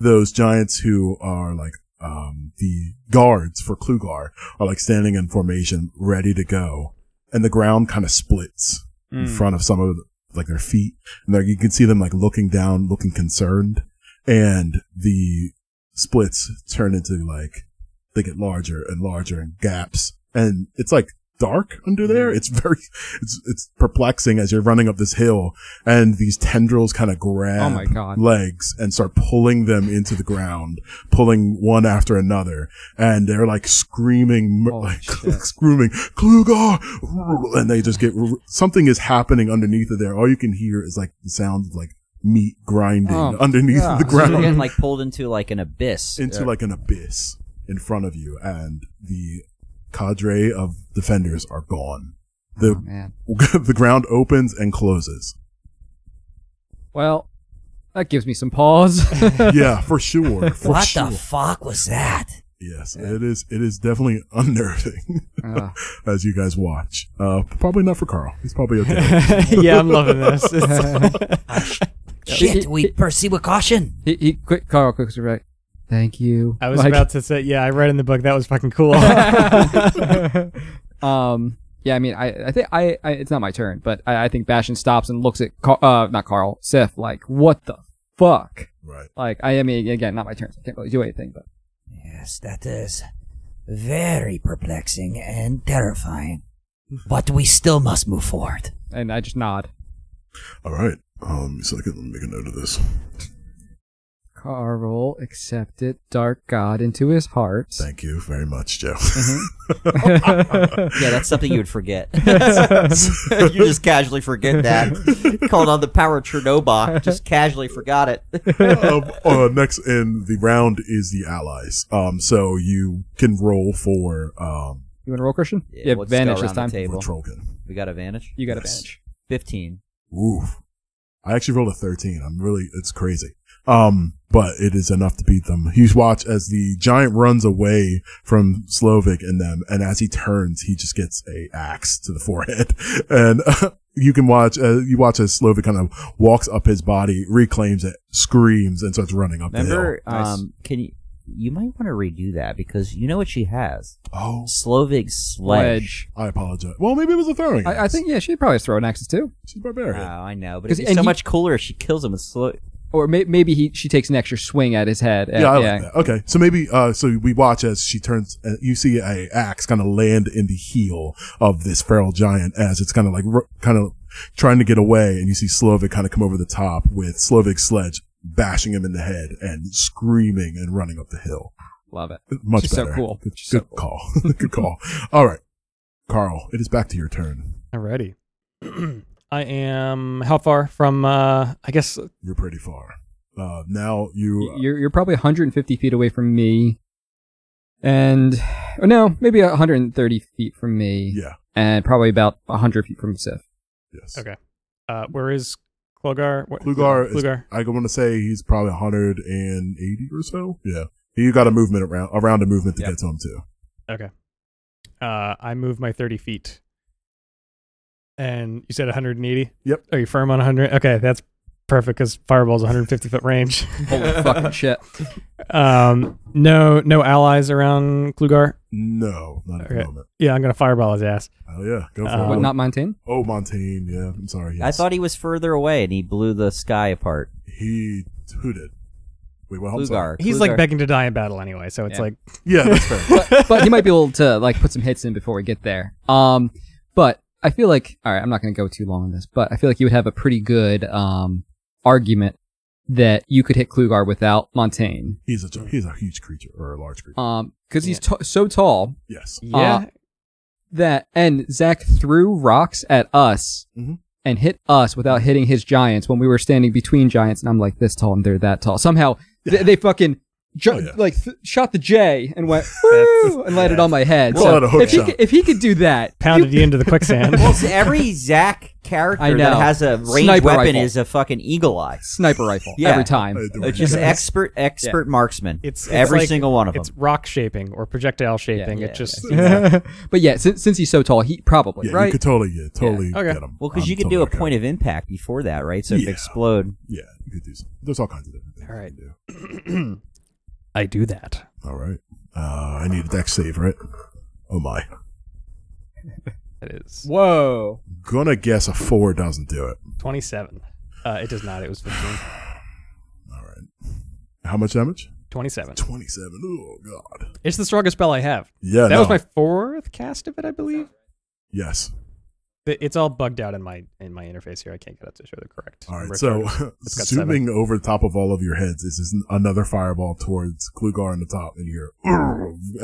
Speaker 1: Those giants who are like um, the guards for Klugar are like standing in formation, ready to go, and the ground kind of splits in
Speaker 3: Mm.
Speaker 1: front of some of like their feet, and there you can see them like looking down, looking concerned, and the splits turn into like they get larger and larger and gaps, and it's like dark under
Speaker 3: Mm.
Speaker 1: there. It's very, it's it's perplexing as you're running up this hill, and these tendrils kind of grab
Speaker 3: Oh my God.
Speaker 1: legs and start pulling them into the ground, pulling one after another, and they're like screaming,
Speaker 3: Oh,
Speaker 1: like
Speaker 3: shit.
Speaker 1: screaming, Klugar, and they just get something is happening underneath of there. All you can hear is like the sound of like meat grinding
Speaker 3: Oh,
Speaker 1: underneath
Speaker 3: God.
Speaker 1: the
Speaker 3: So
Speaker 1: ground
Speaker 4: You're getting like pulled into like an abyss.
Speaker 1: into
Speaker 4: Uh,
Speaker 1: like an abyss in front of you, and the cadre of defenders are gone.
Speaker 3: Oh,
Speaker 1: The
Speaker 3: man.
Speaker 1: the ground opens and closes.
Speaker 3: Well, that gives me some pause.
Speaker 1: Yeah, for sure. For
Speaker 4: what
Speaker 1: sure.
Speaker 4: the fuck was that?
Speaker 1: yes, it is. It is definitely unnerving
Speaker 3: Uh,
Speaker 1: as you guys watch. Uh, probably not for Carl. He's probably okay.
Speaker 5: yeah, I'm loving this. It's-
Speaker 3: Shit, we
Speaker 4: proceed with caution.
Speaker 3: he, he quick, Carl, quick, right? Thank you.
Speaker 5: I was
Speaker 3: Like-
Speaker 5: about to say, yeah, I read in the book that was fucking cool.
Speaker 3: um yeah i mean i i think i, I it's not my turn but i, I think bastion stops and looks at Car- uh not carl sif like what the fuck
Speaker 1: right.
Speaker 3: like i, I mean again not my turn so i can't really do anything but
Speaker 4: Yes, that is very perplexing and terrifying. But we still must move forward.
Speaker 3: and i just nod
Speaker 1: All right. Um, so I can make a note of this.
Speaker 3: carl accepted dark god into his heart
Speaker 1: Thank you very much, Joe.
Speaker 4: Yeah, that's something you would forget. you just casually forget that. Called on the power of Chernobog, just casually forgot it.
Speaker 1: um, uh, next in the round is the allies. Um, so you can roll for um
Speaker 3: you want to roll christian
Speaker 4: Yeah,
Speaker 3: you have
Speaker 4: we'll just go
Speaker 3: advantage this
Speaker 4: around the
Speaker 3: time
Speaker 1: for
Speaker 4: table.
Speaker 1: Trollkin.
Speaker 4: We got advantage?
Speaker 3: you got
Speaker 1: Yes.
Speaker 3: advantage
Speaker 4: 15.
Speaker 1: Ooh, I actually rolled a thirteen. I'm really, it's crazy. Um, but it is enough to beat them. You watch as the giant runs away from Slovak and them, and as he turns, he just gets a axe to the forehead, and you can watch uh, you watch as Slovak kind of walks up his body, reclaims it, screams, and starts running up
Speaker 4: Remember,
Speaker 3: Nice.
Speaker 4: um, can you, you might want to redo that because you know what she has?
Speaker 1: the hill. Oh,
Speaker 4: Slovig sledge.
Speaker 1: I apologize. Well, maybe it was a throwing.
Speaker 3: I, I
Speaker 1: axe.
Speaker 3: think yeah she probably has thrown axes too
Speaker 1: she's
Speaker 4: Oh,
Speaker 1: barbarian.
Speaker 4: I know, but
Speaker 3: 'Cause-
Speaker 4: it's
Speaker 3: and
Speaker 4: so
Speaker 3: he-
Speaker 4: much cooler if she kills him with slow.
Speaker 3: or may, maybe he she takes an extra swing at his head
Speaker 1: Yeah, I like that. Okay, so maybe uh, so we watch as she turns. Uh, you see a axe kind of land in the heel of this feral giant as it's kind of like r- kind of trying to get away, and you see Slovak kind of come over the top with Slovak's sledge bashing him in the head and screaming and running up the hill.
Speaker 3: Love it.
Speaker 1: Much
Speaker 3: She's so
Speaker 1: better.
Speaker 3: cool.
Speaker 1: Good,
Speaker 3: She's so
Speaker 1: good call. good call. All right, Carl, it is back to your turn.
Speaker 5: Alrighty. I am how far from? uh I guess
Speaker 1: You're pretty far. Uh, now you.
Speaker 3: You're you're probably 150 feet away from me, and oh no, maybe 130 feet from me,
Speaker 1: yeah.
Speaker 3: and probably about 100 feet from Sif.
Speaker 1: Yes.
Speaker 5: Okay. uh where is Klugar? What-
Speaker 1: Klugar is-
Speaker 5: Klugar.
Speaker 1: I want to say he's probably 180 or so. Yeah. You got a movement around around a movement to
Speaker 3: Yep.
Speaker 1: get to him too.
Speaker 5: Okay. Uh, I move my 30 feet. And you said 180?
Speaker 1: Yep.
Speaker 5: Are you firm on 100? Okay, that's perfect because Fireball's 150 foot range.
Speaker 3: Holy fucking shit!
Speaker 5: Um, no, no allies around Klugar.
Speaker 1: No, not at the
Speaker 5: Okay.
Speaker 1: moment.
Speaker 5: Yeah, I'm gonna Fireball his ass.
Speaker 1: Oh yeah, go for
Speaker 5: Uh,
Speaker 1: it.
Speaker 3: What not Montaigne?
Speaker 1: oh, Montaigne. Yeah, I'm sorry. Yes.
Speaker 4: I thought he was further away, and he blew the sky apart.
Speaker 1: he hooted. Wait, what? I'm sorry.
Speaker 4: Lugar.
Speaker 5: He's like begging to die in battle anyway, so it's
Speaker 3: Yeah.
Speaker 5: like
Speaker 1: Yeah, that's fair.
Speaker 3: but, but he might be able to like put some hits in before we get there. Um, but I feel like all right, I'm not going to go too long on this, but I feel like you would have a pretty good um argument that you could hit Klugar without Montaigne,
Speaker 1: he's a he's a huge creature or a large creature.
Speaker 3: um, because he's t- so tall
Speaker 1: yes.
Speaker 5: yeah.
Speaker 3: Uh, that and Zach threw rocks at us.
Speaker 1: Mhm.
Speaker 3: And hit us without hitting his giants when we were standing between giants, and I'm like this tall and they're that tall. Somehow th-
Speaker 1: Yeah.
Speaker 3: they fucking ju-
Speaker 1: Oh, yeah.
Speaker 3: like th- shot the J and went woo and landed on my head.
Speaker 1: Well, not a hook
Speaker 3: if he
Speaker 1: shot.
Speaker 3: could, if he could do that,
Speaker 5: pounded you into the quicksand.
Speaker 4: well, see, every Zack
Speaker 3: I
Speaker 4: character
Speaker 3: know.
Speaker 4: that has a ranged
Speaker 3: Sniper
Speaker 4: weapon
Speaker 3: rifle.
Speaker 4: is a fucking eagle eye.
Speaker 3: sniper rifle
Speaker 4: Yeah.
Speaker 3: every time.
Speaker 1: Uh,
Speaker 4: They're just
Speaker 1: yeah.
Speaker 4: expert, expert marksman.
Speaker 5: It's- it's
Speaker 4: every
Speaker 5: like-
Speaker 4: single one of them.
Speaker 5: it's rock shaping or projectile shaping.
Speaker 3: yeah,
Speaker 5: it just
Speaker 3: but yeah, since, since he's so tall, he probably
Speaker 1: Yeah, you
Speaker 3: right.
Speaker 1: could totally, yeah, totally
Speaker 5: Okay.
Speaker 1: get him.
Speaker 4: Well, because
Speaker 1: I'm
Speaker 4: you could do
Speaker 1: totally
Speaker 4: a
Speaker 1: okay.
Speaker 4: point of impact before that, right? So if
Speaker 1: Yeah.
Speaker 4: it explode.
Speaker 1: Yeah, you could do. Some, there's all kinds of different things.
Speaker 5: All right.
Speaker 1: You can do.
Speaker 5: I do that.
Speaker 1: All right. Uh, I need a deck save, right? Oh my.
Speaker 5: It is
Speaker 3: Whoa!
Speaker 1: Gonna guess a four doesn't do it.
Speaker 5: twenty seven. Uh, it does not. It was 15.
Speaker 1: All right. How much damage?
Speaker 5: 27.
Speaker 1: 27. Oh, God.
Speaker 5: It's the strongest spell I have.
Speaker 1: Yeah.
Speaker 5: that was
Speaker 1: no.
Speaker 5: my fourth cast of it, I believe.
Speaker 1: Yes.
Speaker 5: Th- It's all bugged out in my in my interface here. I can't get it to show the correct.
Speaker 1: All
Speaker 5: number
Speaker 1: right.
Speaker 5: of
Speaker 1: So,
Speaker 5: targets. It's got seven.
Speaker 1: zooming over the top of all of your heads is just another fireball towards Klugar in the top, and you're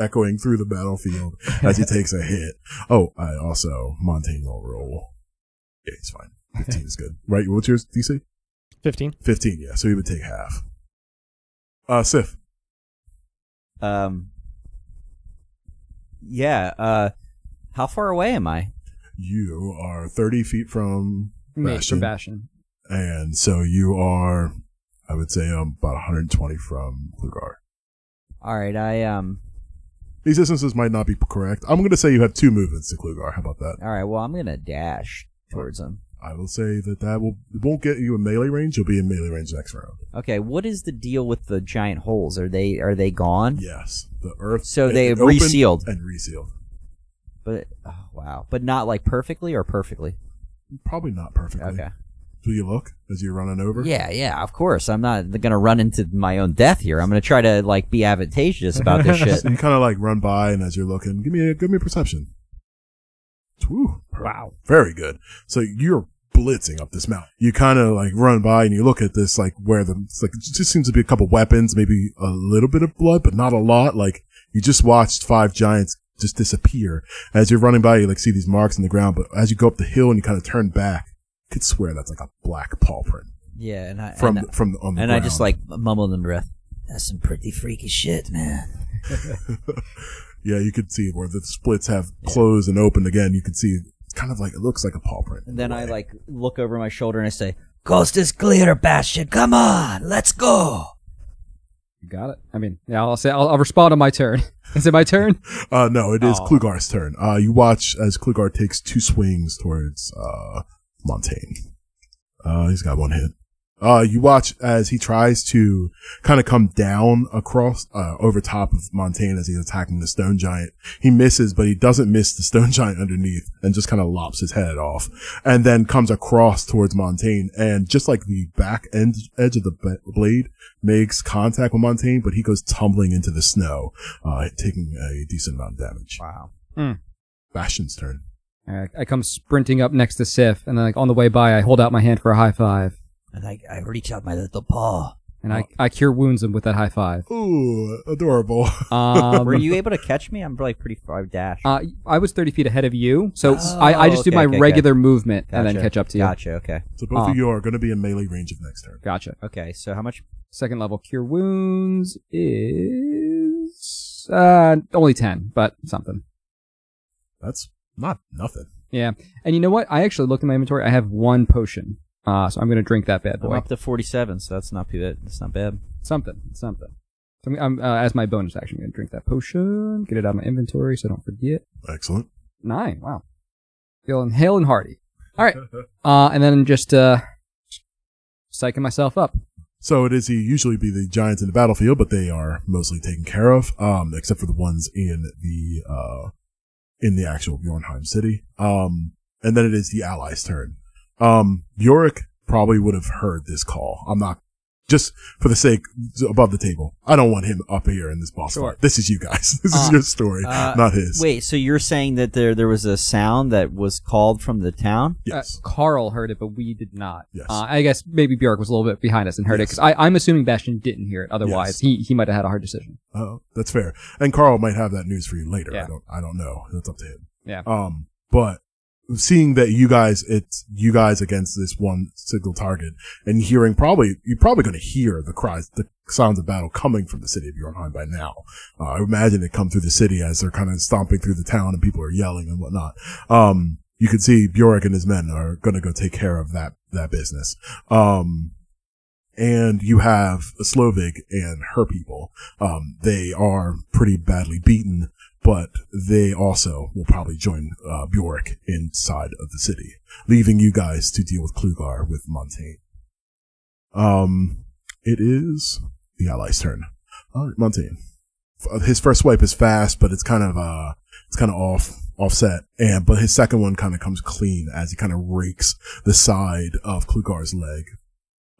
Speaker 1: echoing through the battlefield as he takes a hit. Oh, I also, Montaigne will roll. Yeah, he's fine. 15 is good. Right? What's yours, DC?
Speaker 5: fifteen.
Speaker 1: 15, yeah. So he would take half. Uh, Sif.
Speaker 4: Um, yeah. Uh, how far away am I?
Speaker 1: You are 30 feet from
Speaker 3: Me
Speaker 1: Bastion.
Speaker 3: from Bastion.
Speaker 1: And so you are, I would say, um, about 120 from Lugar.
Speaker 4: All right. I um.
Speaker 1: These distances might not be correct. I'm going to say you have two movements to Klugar. How about that?
Speaker 4: All right. Well, I'm gonna dash towards him.
Speaker 1: I will say that that will it won't get you in melee range. You'll be in melee range next round.
Speaker 4: Okay. What is the deal with the giant holes? Are they are they gone?
Speaker 1: Yes, the earth.
Speaker 4: So
Speaker 1: it-
Speaker 4: they
Speaker 1: it opened
Speaker 4: resealed.
Speaker 1: and resealed.
Speaker 4: But oh, wow. But not like perfectly or perfectly.
Speaker 1: Probably not perfectly.
Speaker 4: Okay.
Speaker 1: Do you look as you're running over?
Speaker 4: Yeah. Yeah. Of course. I'm not gonna run into my own death here. I'm gonna try to like be advantageous about this shit.
Speaker 1: So you kind of like run by, and as you're looking, give me a give me a perception. Whew.
Speaker 5: Wow.
Speaker 1: Very good. So you're blitzing up this mountain. You kind of like run by and you look at this, like where the, it's like, it just seems to be a couple weapons, maybe a little bit of blood, but not a lot. Like you just watched five giants just disappear. As you're running by, you like see these marks in the ground, but as you go up the hill and you kind of turn back, I could swear that's like a black paw print
Speaker 4: Yeah. And I
Speaker 1: from,
Speaker 4: and,
Speaker 1: from the, on the
Speaker 4: and I just
Speaker 1: ground.
Speaker 4: like mumbled in breath. That's some pretty freaky shit, man.
Speaker 1: yeah, you could see where the splits have closed and opened again. You could see kind of like, it looks like a paw print. in
Speaker 4: And then
Speaker 1: a
Speaker 4: I
Speaker 1: way.
Speaker 4: like look over my shoulder and I say, "Coast is clear, Bastion. Come on, let's go."
Speaker 3: You got it. I mean, yeah, I'll say I'll, I'll respond on my turn. Is it my turn?
Speaker 1: Uh, no, it is
Speaker 3: Aw.
Speaker 1: Klugar's turn. Uh, you watch as Klugar takes two swings towards uh, Montaigne. Uh, he's got one hit. Uh, you watch as he tries to kind of come down across, uh, over top of Montaigne as he's attacking the stone giant. He misses, but he doesn't miss the stone giant underneath and just kind of lops his head off and then comes across towards Montaigne. And just like the back end, edge of the ba- blade makes contact with Montaigne, but he goes tumbling into the snow, uh, taking a decent amount of damage.
Speaker 4: Wow.
Speaker 1: Bastion's turn.
Speaker 3: I, I come sprinting up next to Sif, and like on the way by, I hold out my hand for a high five,
Speaker 4: And I, I reach out my little paw.
Speaker 3: and I, I cure wounds him with that high five.
Speaker 1: Ooh, adorable.
Speaker 3: Um,
Speaker 4: Were you able to catch me? I'm like pretty far dash.
Speaker 3: Uh, I was 30 feet ahead of you, so
Speaker 4: Oh,
Speaker 3: I, I just do
Speaker 4: okay,
Speaker 3: my
Speaker 4: okay,
Speaker 3: regular movement and then
Speaker 4: Gotcha.
Speaker 3: catch up to you.
Speaker 4: Gotcha. Okay.
Speaker 1: So both
Speaker 3: Aw.
Speaker 1: of you are going to be in melee range of next turn.
Speaker 3: Gotcha.
Speaker 4: Okay. So how much?
Speaker 3: Second level cure wounds is uh, only 10, but something.
Speaker 1: That's not nothing.
Speaker 3: Yeah. And you know what? I actually looked in my inventory. I have one potion. Uh, so I'm going to drink that bad
Speaker 4: I'm
Speaker 3: boy.
Speaker 4: up to 47, so that's not bad. That's not bad.
Speaker 3: Something. Something. So I'm, I'm, uh, as my bonus action, I'm going to drink that potion, get it out of my inventory so I don't forget.
Speaker 1: Excellent.
Speaker 3: Nine. Wow. Feeling hale and hearty. All right. Uh, and then just uh, psyching myself up. Uh,
Speaker 1: So it is. He usually be the giants in the battlefield, but they are mostly taken care of, um, except for the ones in the uh, in the actual Bjornheim city. Um, and then it is the allies' turn. Um, Yorick probably would have heard this call. I'm not just for the sake above the table. I don't want him up here in this boss
Speaker 3: Sure.
Speaker 1: fight. This is you guys. This is
Speaker 3: Uh,
Speaker 1: your story,
Speaker 4: uh,
Speaker 1: not his.
Speaker 4: Wait, so you're saying that there there was a sound that was called from the town?
Speaker 1: Yes.
Speaker 3: Uh, Carl heard it, but we did not.
Speaker 1: Yes.
Speaker 3: Uh, I guess maybe Bjork was a little bit behind us and heard it
Speaker 1: Yes.
Speaker 3: because I'm assuming Bastion didn't hear it.
Speaker 1: Yes.
Speaker 3: Otherwise, he, he might have had a hard decision.
Speaker 1: Oh, that's fair. And Carl might have that news for you later.
Speaker 3: Yeah.
Speaker 1: I don't. I don't know. That's up to him.
Speaker 3: Yeah.
Speaker 1: Um, but seeing that you guys, it's you guys against this one single target, and hearing probably you're probably going to hear the cries, the sounds of battle coming from the city of Yornheim by now. Uh, I imagine it come through the city as they're kind of stomping through the town and people are yelling and whatnot. Um, you can see Bjork and his men are going to go take care of that that business. Um. And you have Slovig and her people. Um, they are pretty badly beaten but they also will probably join uh, Bjork inside of the city, leaving you guys to deal with Klugar with Montaigne. Um, it is the allies' turn. All right, Montaigne. F- His first swipe is fast, but it's kind of uh, it's kind of off offset, and but his second one kind of comes clean as he kind of rakes the side of Klugar's leg.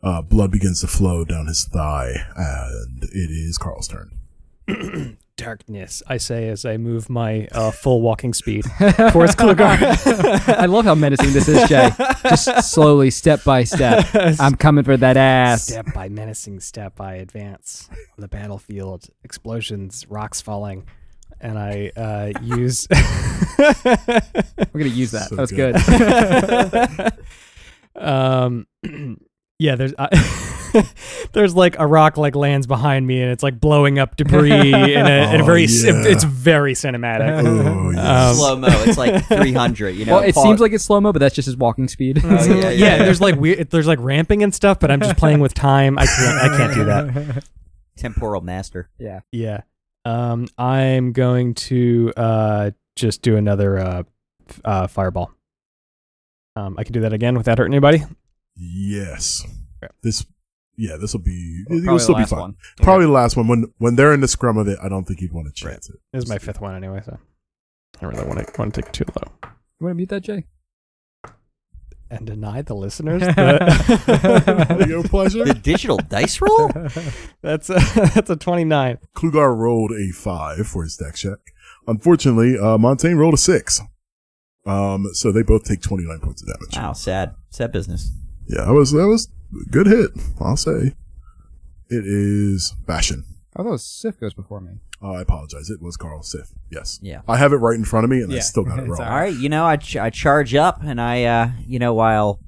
Speaker 1: Uh, blood begins to flow down his thigh, and it is Carl's turn.
Speaker 5: Darkness, I say as I move my uh, full walking speed towards Klugar.
Speaker 3: I love how menacing this is, Jay. Just slowly, step by step. I'm coming for that ass.
Speaker 5: Step by menacing step, I advance on the battlefield. Explosions, rocks falling, and I uh, use.
Speaker 3: We're going to use that.
Speaker 1: So
Speaker 3: that was
Speaker 1: good.
Speaker 3: good.
Speaker 5: um, yeah, there's I, there's like a rock like lands behind me, and it's like blowing up debris in a, in a
Speaker 1: Oh,
Speaker 5: very. c-
Speaker 1: yeah.
Speaker 5: It's very cinematic.
Speaker 1: Oh, yes.
Speaker 5: Um,
Speaker 4: Slow mo. It's like 300. You know.
Speaker 3: well, it
Speaker 4: Paul-
Speaker 3: seems like it's slow mo, but that's just his walking speed.
Speaker 4: Oh, yeah, yeah, yeah.
Speaker 5: there's like weird, there's like ramping and stuff, but I'm just playing with time. I can't, I can't do that.
Speaker 4: temporal master.
Speaker 3: yeah.
Speaker 5: Yeah. Um, I'm going to uh just do another uh, f- uh fireball. Um, I can do that again without hurting anybody.
Speaker 1: Yes.
Speaker 5: Okay.
Speaker 1: This, yeah, this will be.
Speaker 3: Well,
Speaker 1: it'll
Speaker 3: probably
Speaker 1: still
Speaker 3: the
Speaker 1: be
Speaker 3: last
Speaker 1: fun.
Speaker 3: one.
Speaker 1: Probably the last one. When when they're in the scrum of it, I don't think you'd want to chance it.
Speaker 5: This is my fifth one anyway, so I don't really want to want to take it too low
Speaker 3: You want to mute that, Jay?
Speaker 5: and deny the listeners. the-
Speaker 1: Your pleasure.
Speaker 4: The digital dice roll.
Speaker 5: that's a that's a 29.
Speaker 1: Klugar rolled a five for his deck check. Unfortunately, uh, Montaigne rolled a six. Um, so they both take twenty nine points of damage.
Speaker 4: Wow. Sad. Sad business.
Speaker 1: Yeah, that was that was a good hit. I'll say. It is Bashan.
Speaker 3: I thought Sif goes before me.
Speaker 1: Uh, I apologize. It was Carl Sif. Yes.
Speaker 4: Yeah.
Speaker 1: I have it right in front of me, and I
Speaker 3: Yeah,
Speaker 1: still got it
Speaker 3: it's
Speaker 1: wrong.
Speaker 3: all
Speaker 4: All right, you know, I, ch- I charge up and I, uh, you know, while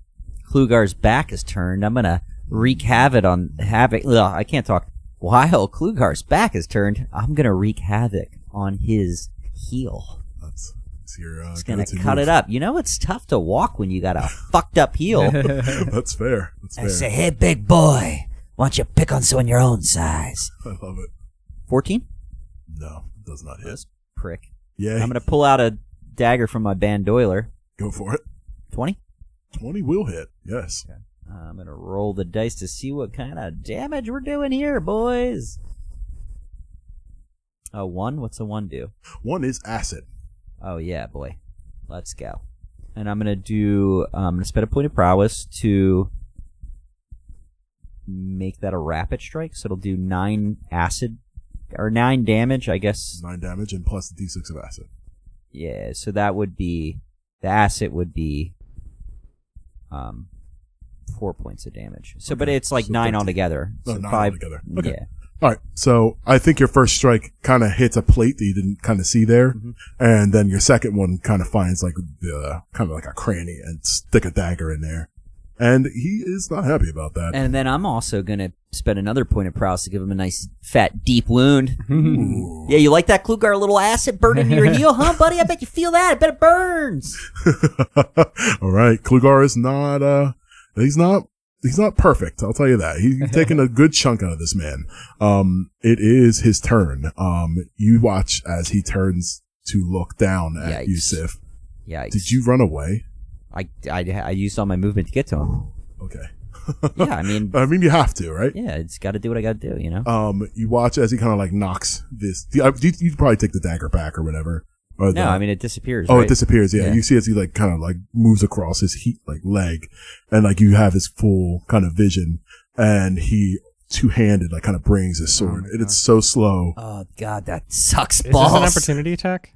Speaker 4: Klugar's back is turned, I'm gonna wreak havoc on havoc. Ugh, I can't talk. While Klugar's back is turned, I'm gonna wreak havoc on his heel.
Speaker 1: That's, that's your, uh,
Speaker 4: Just gonna
Speaker 1: go-to
Speaker 4: cut
Speaker 1: move.
Speaker 4: it up. You know, it's tough to walk when you got a fucked up heel.
Speaker 1: That's fair. That's fair.
Speaker 4: hey, big boy, why don't you pick on someone your own size?
Speaker 1: I love it.
Speaker 4: Fourteen.
Speaker 1: No, does not hit.
Speaker 4: This prick.
Speaker 1: Yeah,
Speaker 4: I'm gonna pull out a dagger from my bandoiler.
Speaker 1: go for it.
Speaker 4: Twenty. Uh,
Speaker 1: 20 will hit. Yes.
Speaker 4: I'm gonna roll the dice to see what kind of damage we're doing here, boys. A one? What's a one do?
Speaker 1: One is acid.
Speaker 4: Oh yeah, boy. Let's go. And I'm gonna do. uh, I'm gonna spend a point of prowess to make that a rapid strike, so it'll do nine acid or nine damage, I guess.
Speaker 1: Nine damage and plus the d6 of acid.
Speaker 4: Yeah. So that would be The acid would be um four points of damage. So, but it's like
Speaker 1: So
Speaker 4: nine
Speaker 1: 13.
Speaker 4: altogether.
Speaker 1: No,
Speaker 4: so
Speaker 1: nine
Speaker 4: five,
Speaker 1: altogether. Okay.
Speaker 4: Yeah.
Speaker 1: All right. So I think your first strike kind of hits a plate that you didn't kind of see there.
Speaker 4: Mm-hmm.
Speaker 1: And then your second one kind of finds like the kind of like a cranny and stick a dagger in there. And he is not happy about that.
Speaker 4: And then I'm also gonna spend another point of prowess to give him a nice fat deep wound.
Speaker 1: Ooh.
Speaker 4: Yeah, you like that Klugar little acid burning into your heel, huh, buddy? I bet you feel that. I bet it burns.
Speaker 1: All right. Klugar is not, uh, he's not, he's not perfect. I'll tell you that. He's taking a good chunk out of this man. Um, it is his turn. Um, you watch as he turns to look down at
Speaker 4: Yikes.
Speaker 1: Yusuf.
Speaker 4: Yikes.
Speaker 1: Did you run away?
Speaker 4: I, I, I used all my movement to get to him.
Speaker 1: Okay.
Speaker 4: Yeah, I mean,
Speaker 1: I mean, you have to, right?
Speaker 4: yeah, it's got to do what I got to do, you know?
Speaker 1: Um, you watch as he kind of like knocks this. the- uh, You, you probably take the dagger back or whatever. Or the-
Speaker 4: no, I mean, it disappears.
Speaker 1: oh,
Speaker 4: right?
Speaker 1: it disappears. Yeah.
Speaker 4: Yeah.
Speaker 1: you see as he like kind of like moves across his heat like leg, and like you have his full kind of vision, and he two handed like kind of brings his sword, and it's so slow.
Speaker 4: Oh, God, that sucks
Speaker 5: Is this an
Speaker 4: balls.
Speaker 5: opportunity attack?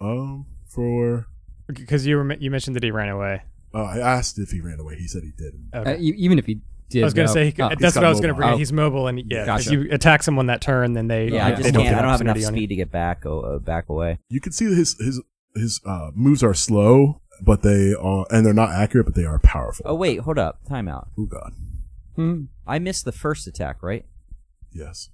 Speaker 1: Um, for
Speaker 5: Because you were, you mentioned that he ran away.
Speaker 1: uh, I asked if he ran away. He said he didn't.
Speaker 5: Okay.
Speaker 3: Uh, e- even if he did,
Speaker 5: I was going
Speaker 3: no.
Speaker 5: to say he,
Speaker 3: Oh.
Speaker 5: that's
Speaker 1: got
Speaker 5: what I was going to
Speaker 1: mobile.
Speaker 5: bring. up.
Speaker 3: Oh.
Speaker 5: He's mobile, and yeah, if
Speaker 3: Gotcha.
Speaker 5: you attack someone that turn, then they
Speaker 4: yeah, I
Speaker 5: they
Speaker 4: just
Speaker 5: don't
Speaker 4: can't.
Speaker 5: get
Speaker 4: I
Speaker 5: an
Speaker 4: don't have enough
Speaker 5: opportunity on you.
Speaker 4: speed to get back oh, uh, back away.
Speaker 1: You can see that his his his uh moves are slow, but they are and they're not accurate, but they are powerful.
Speaker 4: Oh, wait, hold up. Time out.
Speaker 1: oh god,
Speaker 3: Hmm.
Speaker 4: I missed the first attack, right?
Speaker 1: yes.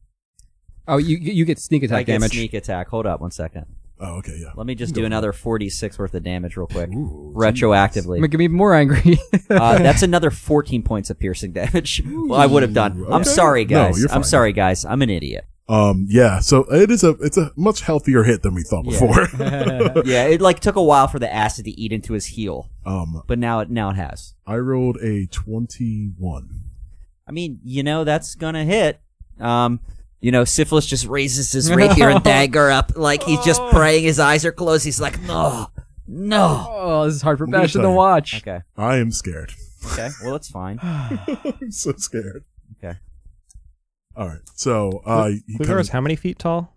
Speaker 3: Oh, you you you get sneak attack
Speaker 4: I get
Speaker 3: damage.
Speaker 4: sneak attack. Hold up one second.
Speaker 1: Oh, okay, yeah.
Speaker 4: Let me just do another 46 worth of damage real quick.
Speaker 1: Ooh,
Speaker 3: I'm gonna
Speaker 4: Retroactively.
Speaker 3: get me more angry.
Speaker 4: uh, that's another 14 points of piercing damage. well, I would have done. I'm
Speaker 1: okay.
Speaker 4: sorry,
Speaker 1: No,
Speaker 4: guys.
Speaker 1: you're fine.
Speaker 4: I'm sorry, guys. I'm an idiot.
Speaker 1: Um, yeah, so it is a it's a much healthier hit than we thought
Speaker 4: Yeah.
Speaker 1: before.
Speaker 4: yeah, it like took a while for the acid to eat into his heel,
Speaker 1: um,
Speaker 4: but now it now it has.
Speaker 1: I rolled a twenty-one.
Speaker 4: I mean, you know that's gonna hit. Um, you know, syphilis just raises his rapier and dagger up like he's just praying. His eyes are closed. He's like, no, no.
Speaker 3: oh, this is hard for
Speaker 1: Let me
Speaker 3: Bastion
Speaker 1: tell
Speaker 3: to
Speaker 1: you.
Speaker 3: watch.
Speaker 4: Okay,
Speaker 1: I am scared.
Speaker 4: okay. Well, that's fine.
Speaker 1: I'm so scared.
Speaker 4: Okay.
Speaker 1: All right. So, uh, he
Speaker 5: Lugar
Speaker 1: comes-
Speaker 5: is how many feet tall?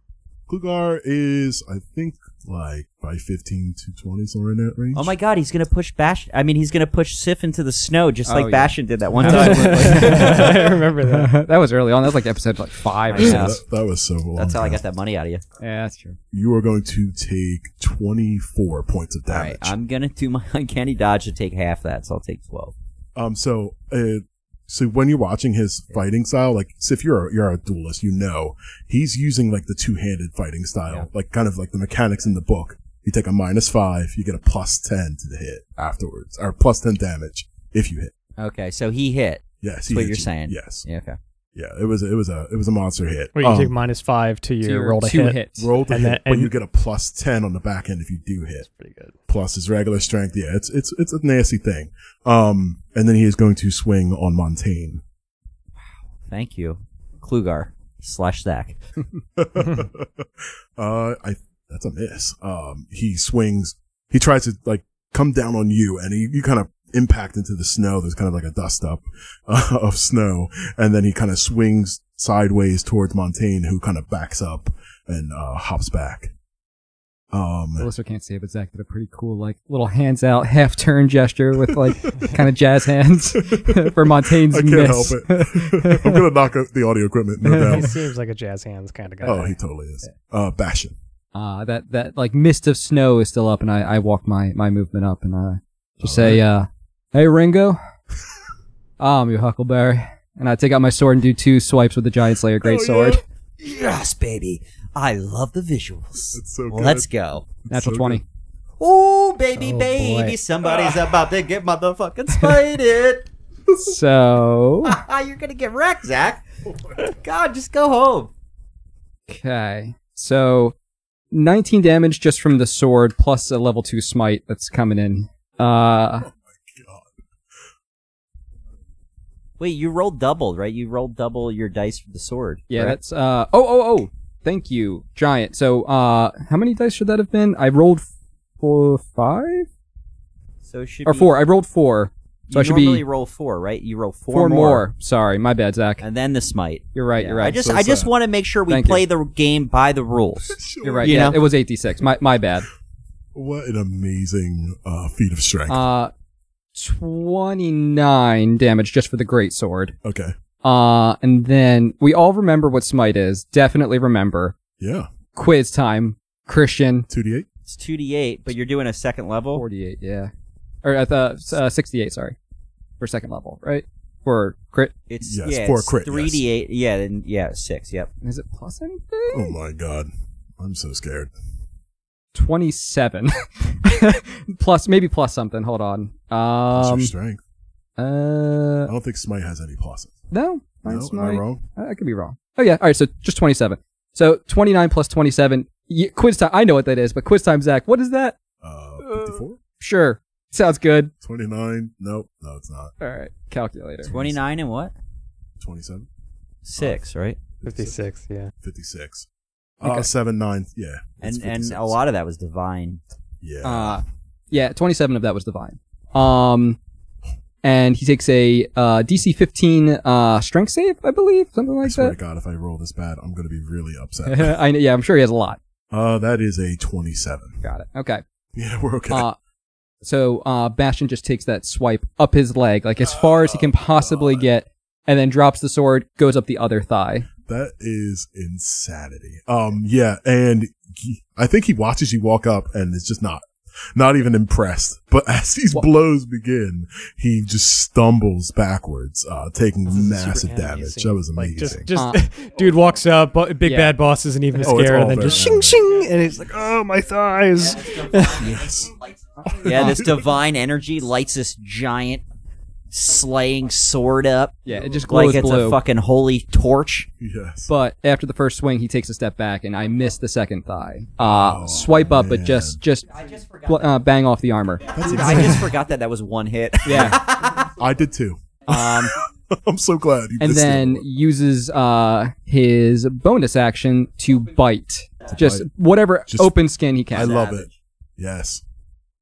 Speaker 1: Klugar is, I think, like by fifteen to twenty, somewhere in that range.
Speaker 4: Oh my God, he's gonna push Bash. I mean, he's gonna push Sif into the snow just
Speaker 3: Oh,
Speaker 4: like
Speaker 3: yeah.
Speaker 4: Bashan did that one time.
Speaker 5: I remember that.
Speaker 3: that was early on. That was like episode like five or
Speaker 4: I know.
Speaker 1: Yeah,
Speaker 3: something.
Speaker 1: that, that was so. Long
Speaker 4: that's how I
Speaker 1: ago.
Speaker 4: got that money out of you.
Speaker 3: Yeah, that's true.
Speaker 1: You are going to take twenty-four points of
Speaker 4: All
Speaker 1: damage.
Speaker 4: right, I'm gonna do my uncanny dodge and take half that, so I'll take twelve.
Speaker 1: Um, so, uh, so when you're watching his fighting style, like, so if you're a, you're a duelist, you know, he's using like the two handed fighting style,
Speaker 4: Yeah.
Speaker 1: like kind of like the mechanics in the book. You take a minus five, you get a plus 10 to the hit afterwards, or plus 10 damage if you hit.
Speaker 4: Okay, so he hit.
Speaker 1: Yes.
Speaker 4: That's
Speaker 1: he
Speaker 4: what
Speaker 1: hit
Speaker 4: you're
Speaker 1: you.
Speaker 4: saying.
Speaker 1: E Yes.
Speaker 4: Yeah, okay.
Speaker 1: Yeah. It was, it was a, it was a monster hit.
Speaker 5: Wait, you
Speaker 1: Um,
Speaker 5: take minus five to your,
Speaker 3: So you're
Speaker 5: roll to
Speaker 3: two
Speaker 5: hit.
Speaker 3: hits.
Speaker 1: roll to
Speaker 5: and
Speaker 1: hit,
Speaker 5: that-
Speaker 1: but
Speaker 5: and-
Speaker 1: you get a plus 10 on the back end if you do hit.
Speaker 5: Pretty good.
Speaker 1: plus his regular strength. Yeah, it's it's it's a nasty thing. Um, and then he is going to swing on Montaigne.
Speaker 4: Thank you, Klugar slash Zach.
Speaker 1: uh, I that's a miss. Um, he swings. He tries to like come down on you, and he, you kind of impact into the snow. There's kind of like a dust up uh, of snow, and then he kind of swings sideways towards Montaigne, who kind of backs up and uh, hops back. Um,
Speaker 3: The listener can't see it, but Zach did a pretty cool, like, little hands out, half turn gesture with, like, kind of jazz hands for Montaigne's
Speaker 1: I can't
Speaker 3: miss.
Speaker 1: help it. I'm gonna knock out the audio equipment, no
Speaker 5: He
Speaker 1: doubt.
Speaker 5: seems like a jazz hands kind of guy.
Speaker 1: Oh, he totally is. Uh, Bastion.
Speaker 3: Uh, that, that, like, mist of snow is still up, and I, I walk my, my movement up, and I just say, uh, hey, Ringo. "Oh, I'm your Huckleberry. And I take out my sword and do two swipes with the Giant Slayer great sword.
Speaker 4: Yes, baby. I love the visuals.
Speaker 1: It's so good.
Speaker 4: Let's go.
Speaker 3: Natural
Speaker 1: so
Speaker 3: 20.
Speaker 4: Ooh, baby,
Speaker 5: Oh,
Speaker 4: baby,
Speaker 5: boy.
Speaker 4: somebody's
Speaker 1: Ah.
Speaker 4: about to get motherfucking spited. Ah,
Speaker 3: So,
Speaker 4: You're gonna get wrecked, Zach.
Speaker 1: Oh
Speaker 4: God, just go home.
Speaker 3: okay. So, 19 damage just from the sword, plus a level 2 smite that's coming in. Uh,
Speaker 4: Wait, you rolled double, right? You rolled double your dice for the sword.
Speaker 3: Yeah,
Speaker 4: correct?
Speaker 3: that's uh oh oh oh. Thank you, Giant. So uh how many dice should that have been? I rolled four five
Speaker 4: so it should
Speaker 3: or
Speaker 4: be-
Speaker 3: four. I rolled four.
Speaker 4: You
Speaker 3: So I should
Speaker 4: normally
Speaker 3: be
Speaker 4: roll four, right? You roll four,
Speaker 3: four, more. Sorry, my bad, Zach.
Speaker 4: and then the smite.
Speaker 3: You're right, you're
Speaker 4: I
Speaker 3: right.
Speaker 4: just,
Speaker 1: so
Speaker 4: I just
Speaker 1: sad.
Speaker 4: want to make sure we
Speaker 3: Thank you.
Speaker 4: play the game by the rules.
Speaker 3: you're right.
Speaker 4: you
Speaker 3: yeah,
Speaker 4: know.
Speaker 3: it was eighty six. My my bad.
Speaker 1: What an amazing uh, feat of strength.
Speaker 3: Uh, 29 damage just for the great sword.
Speaker 1: okay.
Speaker 3: Uh, and then we all remember what smite is. Definitely remember.
Speaker 1: Yeah.
Speaker 3: Quiz time. Christian
Speaker 1: 2d8.
Speaker 4: It's 2d8, but you're doing a second level.
Speaker 3: 48, yeah. Or at the uh, 68, sorry. For second level, right? For crit.
Speaker 4: It's
Speaker 1: Yes,
Speaker 4: yeah,
Speaker 1: for a
Speaker 4: it's
Speaker 1: crit, yes.
Speaker 4: 3d8. Yeah, then yeah, 6. Yep.
Speaker 3: Is it plus anything?
Speaker 1: Oh my god. I'm so scared.
Speaker 3: 27. plus maybe plus something. Hold on.
Speaker 1: That's your
Speaker 3: Um
Speaker 1: strength. I
Speaker 3: uh
Speaker 1: don't think Smite has any pluses.
Speaker 3: no.
Speaker 1: No,
Speaker 3: that's
Speaker 1: am I
Speaker 3: my-
Speaker 1: wrong?
Speaker 3: I I could be wrong. Oh yeah. All right, so just 27. So 29 plus 27 y- quiz time. I know what that is, but quiz time Zach, what is that?
Speaker 1: Uh,
Speaker 3: Uh,
Speaker 1: 54?
Speaker 3: Sure. Sounds good.
Speaker 1: 29? Nope. No, it's not.
Speaker 3: All right. Calculator.
Speaker 4: 29 and what?
Speaker 1: 27?
Speaker 4: 6, right?
Speaker 5: 56, yeah.
Speaker 1: 56. Uh,
Speaker 3: Okay.
Speaker 1: 7, 9. Yeah. it's
Speaker 4: And and
Speaker 1: 56.
Speaker 4: a lot of that was divine.
Speaker 1: Yeah.
Speaker 3: Uh, yeah, 27 of that was divine. Um, and he takes a uh, DC 15 uh, strength save, I believe, something
Speaker 1: I
Speaker 3: like
Speaker 1: swear
Speaker 3: that.
Speaker 1: to God, if I roll this bad, I'm going to be really upset.
Speaker 3: I know, yeah, I'm sure he has a lot.
Speaker 1: uh, that is a 27.
Speaker 3: Got it. Okay.
Speaker 1: Yeah, we're okay.
Speaker 3: Uh, so uh, Bastion just takes that swipe up his leg, like as far as he can
Speaker 1: Oh,
Speaker 3: possibly get, and then drops the sword, goes up the other thigh.
Speaker 1: That is insanity. Um, yeah, and he- I think he watches you walk up and is just not, not even impressed. But as these
Speaker 3: Wha-
Speaker 1: blows begin, he just stumbles backwards, uh, taking
Speaker 5: This is super
Speaker 1: massive
Speaker 5: animating
Speaker 1: damage.
Speaker 5: scene.
Speaker 1: That was
Speaker 5: Like,
Speaker 1: amazing.
Speaker 5: just, just dude walks up, bu- big
Speaker 3: Yeah.
Speaker 5: bad boss isn't
Speaker 1: Oh,
Speaker 5: even
Speaker 1: it's
Speaker 5: scared,
Speaker 1: all
Speaker 5: and then
Speaker 1: very
Speaker 5: just shing shing, and it's like, oh my thighs.
Speaker 1: yes.
Speaker 4: Yeah, this divine energy lights this giant slaying sword up.
Speaker 3: Yeah, it just glows
Speaker 4: Like it's
Speaker 3: blue.
Speaker 4: a fucking holy torch.
Speaker 1: Yes.
Speaker 3: but after the first swing, he takes a step back, and I miss the second thigh. Uh,
Speaker 1: Oh,
Speaker 3: swipe up, but just just bl- uh, bang off the armor.
Speaker 4: I just forgot that that was one hit.
Speaker 3: Yeah.
Speaker 1: I did too.
Speaker 3: Um,
Speaker 1: I'm so glad. You
Speaker 3: and
Speaker 1: missed it.
Speaker 3: then uses uh his bonus action to bite. Just
Speaker 1: bite.
Speaker 3: whatever
Speaker 1: Just-
Speaker 3: open skin he can.
Speaker 1: I love it. Yes.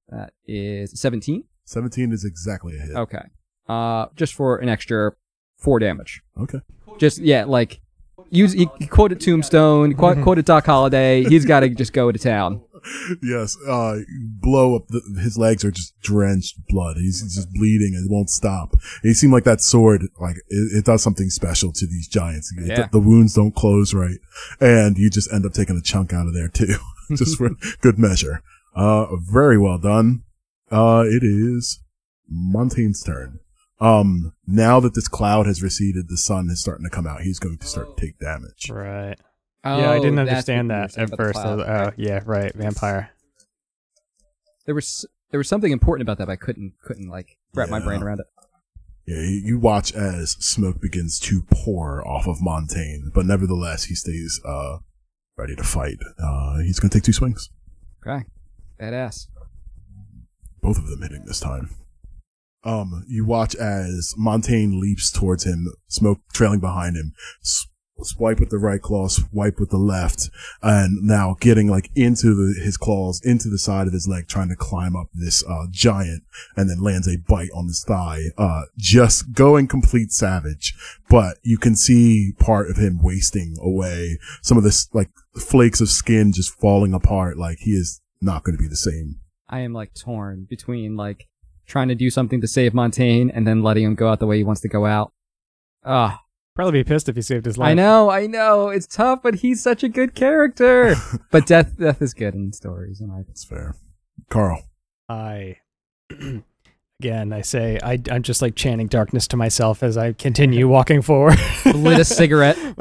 Speaker 3: That is 17.
Speaker 1: 17 is exactly a hit.
Speaker 5: Oh.
Speaker 3: Okay. Uh just for an extra 4 damage.
Speaker 1: Okay.
Speaker 3: Just yeah, like use he, he quoted Tombstone, quote,
Speaker 5: Mm-hmm.
Speaker 3: quoted Doc Holiday. He's got to just go to town.
Speaker 1: Yes. Uh, blow up. The, his legs are just drenched blood. He's just bleeding and won't stop. It seemed like that sword, like it, it does something special to these giants. It-
Speaker 3: Yeah.
Speaker 1: the wounds don't close right, and you just end up taking a chunk out of there too, just for good measure. Uh, very well done. Uh, it is Montaigne's turn. Um, now that this cloud has receded, the sun is starting to come out. He's going to start to take damage.
Speaker 5: Right. yeah, I
Speaker 3: Oh,
Speaker 5: didn't
Speaker 3: that's
Speaker 5: understand
Speaker 3: what you were
Speaker 5: that
Speaker 3: saying about
Speaker 5: at
Speaker 3: the
Speaker 5: first. I
Speaker 3: cloud.
Speaker 5: was, oh, yeah, right. Vampire.
Speaker 3: There was there was something important about that, but I couldn't couldn't like wrap my
Speaker 1: Yeah.
Speaker 3: brain around it.
Speaker 1: Yeah, you, you watch as smoke begins to pour off of Montaigne, but nevertheless, he stays uh, ready to fight. Uh, he's going to take two swings,
Speaker 3: Okay. Badass.
Speaker 1: both of them hitting this time. Um, you watch as Montaigne leaps towards him, smoke trailing behind him. S- swipe with the right claw, swipe with the left, and now getting like into the, his claws, into the side of his leg, trying to climb up this uh, giant, and then lands a bite on his thigh. Uh, just going complete savage, but you can see part of him wasting away. Some of this like flakes of skin just falling apart. Like he is not going to be the same.
Speaker 3: I am like torn between like trying to do something to save Montaigne and then letting him go out the way he wants to go out. Ah,
Speaker 5: Probably be pissed if he saved his life.
Speaker 3: I know, I know, it's tough, but he's such a good character. but death, death is good in stories, and I.
Speaker 1: That's fair, Carl.
Speaker 5: I again, I say I, I'm just like chanting darkness to myself as I continue walking forward.
Speaker 3: Lit a cigarette.
Speaker 5: yeah,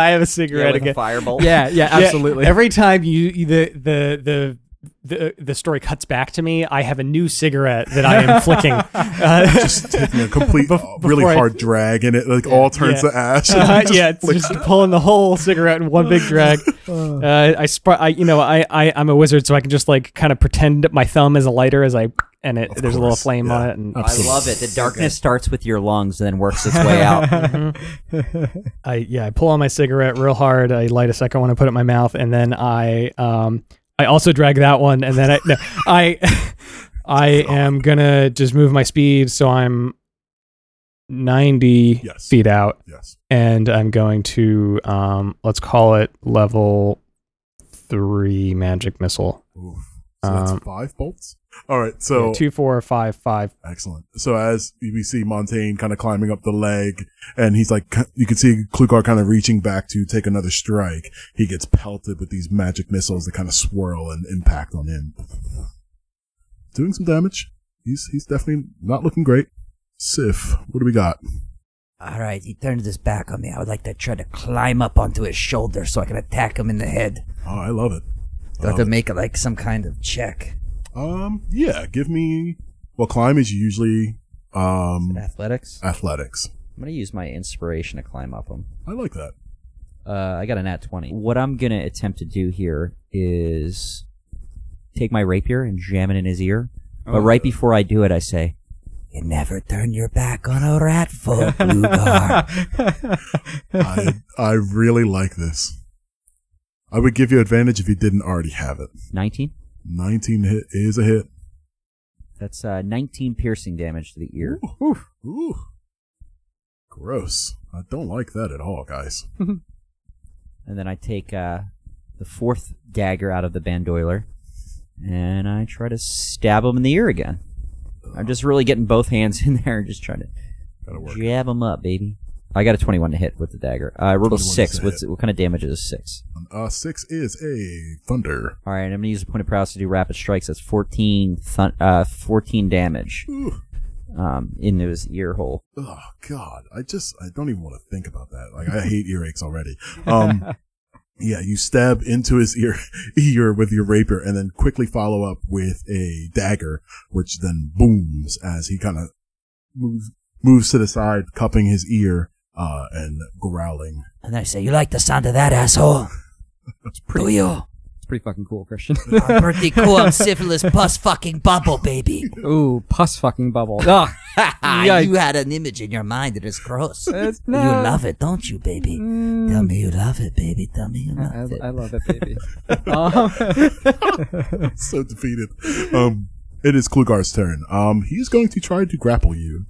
Speaker 5: I have a
Speaker 4: Yeah,
Speaker 5: cigarette
Speaker 4: with a
Speaker 5: again.
Speaker 4: firebolt.
Speaker 3: Yeah, yeah,
Speaker 5: Yeah,
Speaker 3: absolutely.
Speaker 5: every time you you- the the the. The, the story cuts back to me. I have a new cigarette that I am flicking. Uh,
Speaker 1: Just taking a complete,
Speaker 5: Bef-
Speaker 1: uh, really
Speaker 5: before I-
Speaker 1: hard drag, and it like all turns
Speaker 5: Yeah.
Speaker 1: to ash. and
Speaker 5: Uh,
Speaker 1: just
Speaker 5: yeah, it's
Speaker 1: flicks
Speaker 5: just pulling the whole cigarette in one big drag. Uh, I, sp- I, you know, I, I, I'm a wizard, so I can just like kind of pretend that my thumb is a lighter as I, and it there's a little
Speaker 1: course,
Speaker 5: flame
Speaker 1: yeah. Oh,
Speaker 5: on it, and
Speaker 4: I love it. The darkness starts with your lungs and then works its way out.
Speaker 5: Mm-hmm. I, yeah, I pull on my cigarette real hard. I light a second one, I put it in my mouth, and then I, um, I also drag that one, and then I, no, I, I am gonna just move my speed, so I'm. 90
Speaker 1: Yes.
Speaker 5: feet out
Speaker 1: Yes.
Speaker 5: and I'm going to um, let's call it level three magic missile.
Speaker 1: Oof. So that's
Speaker 5: Um,
Speaker 1: five bolts. All right. So
Speaker 5: two, four, five, five.
Speaker 1: Excellent. So as we see Montaigne kind of climbing up the leg, and he's like, you can see Klukar kind of reaching back to take another strike. He gets pelted with these magic missiles that kind of swirl and impact on him, doing some damage. He's he's definitely not looking great. Sif, what do we got?
Speaker 4: All right, he turned his back on me. I would like to try to climb up onto his shoulder so I can attack him in the head.
Speaker 1: Oh, I love it. Oh,
Speaker 4: Do I have to make it like some kind of check?
Speaker 1: Um, yeah, give me. Well, climb is usually um
Speaker 4: Athletics.
Speaker 1: athletics.
Speaker 4: I'm gonna use my inspiration to climb up him.
Speaker 1: I like that.
Speaker 4: Uh, I got a nat 20. What I'm going to attempt to do here is take my rapier and jam it in his ear. but right before I do it, I say, You never turn your back on a rat folk, Lugar.
Speaker 1: I I really like this. I would give you advantage if you didn't already have it.
Speaker 4: 19?
Speaker 1: 19 hit is a hit.
Speaker 4: That's uh, 19 piercing damage to the ear.
Speaker 1: Ooh. Gross. I don't like that at all, guys.
Speaker 4: And then I take uh, the fourth dagger out of the bandoiler and I try to stab him in the ear again. I'm just really getting both hands in there and just trying to
Speaker 1: Gotta work.
Speaker 4: Jab him up, baby. I got a 21 to hit with the dagger. Uh, I rolled
Speaker 1: 21
Speaker 4: a
Speaker 1: is a
Speaker 4: 6.
Speaker 1: hit.
Speaker 4: What's What kind of damage is a 6?
Speaker 1: Uh, six is a thunder.
Speaker 4: All right, I'm going to use a point of prowess to do rapid strikes. That's 14, thun uh, 14 damage
Speaker 1: Ooh.
Speaker 4: um, into his ear hole.
Speaker 1: Oh, God. I just, I don't even want to think about that. Like, I hate earaches already. Um, yeah, you stab into his ear, ear with your rapier and then quickly follow up with a dagger, which then booms as he kind of moves, moves to the side, cupping his ear, uh, and growling.
Speaker 4: And I say, You like the sound of that, asshole?
Speaker 1: That's pretty.
Speaker 4: Do you?
Speaker 3: It's pretty fucking cool, Christian.
Speaker 4: I'm pretty cool. I'm syphilis plus fucking bubble, baby.
Speaker 3: Ooh, pus fucking bubble. Ah,
Speaker 4: you had an image in your mind that is gross.
Speaker 3: It's
Speaker 4: You
Speaker 3: not-
Speaker 4: love it, don't you, baby? Tell me you love it, baby. Tell me you
Speaker 3: Mm. Uh, I,
Speaker 4: love it.
Speaker 3: I love that baby. Um,
Speaker 1: so defeated. Um, it is Klugar's turn. Um, he's going to try to grapple you.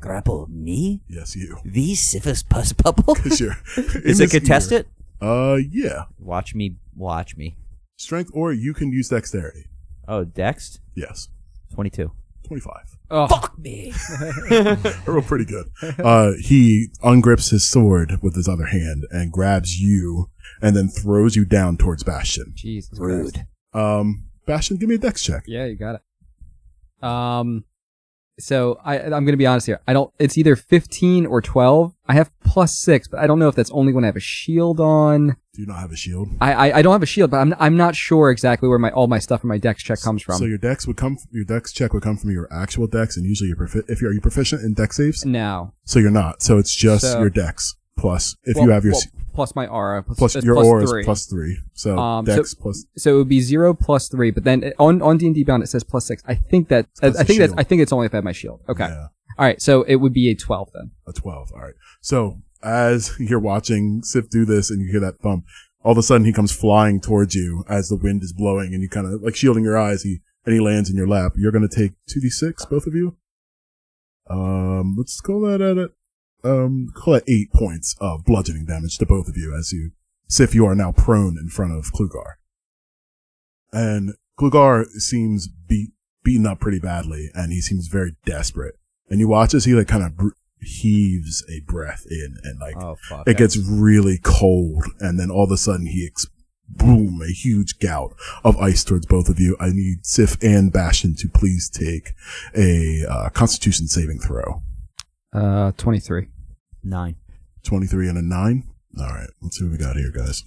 Speaker 4: Grapple me?
Speaker 1: Yes, you.
Speaker 4: The syphilis plus bubble?
Speaker 1: Because you're
Speaker 4: Is it contested?
Speaker 1: Uh, yeah,
Speaker 4: Watch me, watch me.
Speaker 1: strength, or you can use dexterity.
Speaker 4: Oh, Dex,
Speaker 1: Yes,
Speaker 4: twenty-two.
Speaker 1: twenty-five.
Speaker 3: oh,
Speaker 4: Fuck me.
Speaker 1: I rolled pretty good. Uh, he ungrips his sword with his other hand and grabs you, and then throws you down towards Bastion.
Speaker 3: Jesus Christ.
Speaker 4: Rude.
Speaker 1: Um, Bastion, give me a dex check.
Speaker 3: Yeah, you got it. Um, so I I'm gonna be honest here. I don't. It's either 15 or 12. I have plus six, but I don't know if that's only when I have a shield on.
Speaker 1: Do you not have a shield?
Speaker 3: I I, I don't have a shield, but I'm I'm not sure exactly where my all my stuff and my dex check comes from.
Speaker 1: So your dex would come. Your dex check would come from your actual dex, and usually you're profi- if you're are you proficient in dex saves.
Speaker 3: now,
Speaker 1: So you're not. So it's just
Speaker 3: So-
Speaker 1: your dex plus if
Speaker 3: Well,
Speaker 1: you have your
Speaker 3: well,
Speaker 1: s-
Speaker 3: plus my aura plus,
Speaker 1: plus
Speaker 3: that's
Speaker 1: your
Speaker 3: plus
Speaker 1: aura is
Speaker 3: three.
Speaker 1: plus three. So
Speaker 3: Um,
Speaker 1: dex
Speaker 3: so-
Speaker 1: plus
Speaker 3: so it would be zero plus three, but then it- on on D and D Beyond it says plus six. I think that I,
Speaker 1: That's
Speaker 3: I
Speaker 1: a
Speaker 3: think that's
Speaker 1: shield.
Speaker 3: I think it's only if I have my shield. Okay,
Speaker 1: yeah,
Speaker 3: all right. So it would be a twelve then.
Speaker 1: a twelve. All right. So as you're watching Sif do this and you hear that thump, all of a sudden he comes flying towards you as the wind is blowing and you kind of like shielding your eyes. He and he lands in your lap. You're gonna take two d six, both of you. Um, let's call that at it. Um, call it eight points of bludgeoning damage to both of you as you Sif. You are now prone in front of Klugar. and Klugar seems beat, beaten up pretty badly, and he seems very desperate. And you watch as he like kind of br- heaves a breath in, and like
Speaker 4: Oh fuck.
Speaker 1: it gets really cold, and then all of a sudden he ex- boom a huge gout of ice towards both of you. I need Sif and Bastion to please take a uh, Constitution saving throw.
Speaker 3: Uh, twenty three.
Speaker 4: nine.
Speaker 1: 23 and a 9. All right, let's see what we got here, guys.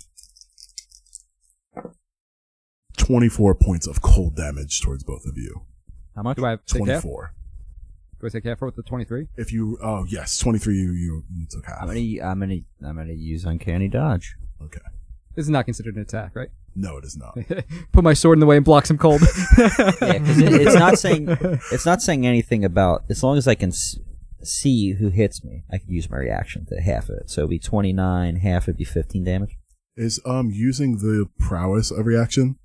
Speaker 1: 24 points of cold damage towards both of you.
Speaker 4: How much?
Speaker 3: Do I have take half? Do
Speaker 1: 24.
Speaker 3: I take half for with the twenty three?
Speaker 1: If you, oh, yes, 23, you, you, you took half.
Speaker 4: I'm gonna, I'm gonna, I'm gonna use uncanny dodge.
Speaker 1: Okay.
Speaker 3: This is not considered an attack, right?
Speaker 1: No, it is not.
Speaker 3: Put my sword in the way and block some cold.
Speaker 4: Yeah, because it, it's not saying, it's not saying anything about. As long as I can s- see who hits me, I can use my reaction to half of it. So it'd be twenty-nine. Half would be fifteen damage.
Speaker 1: Is, um, using the prowess of reaction?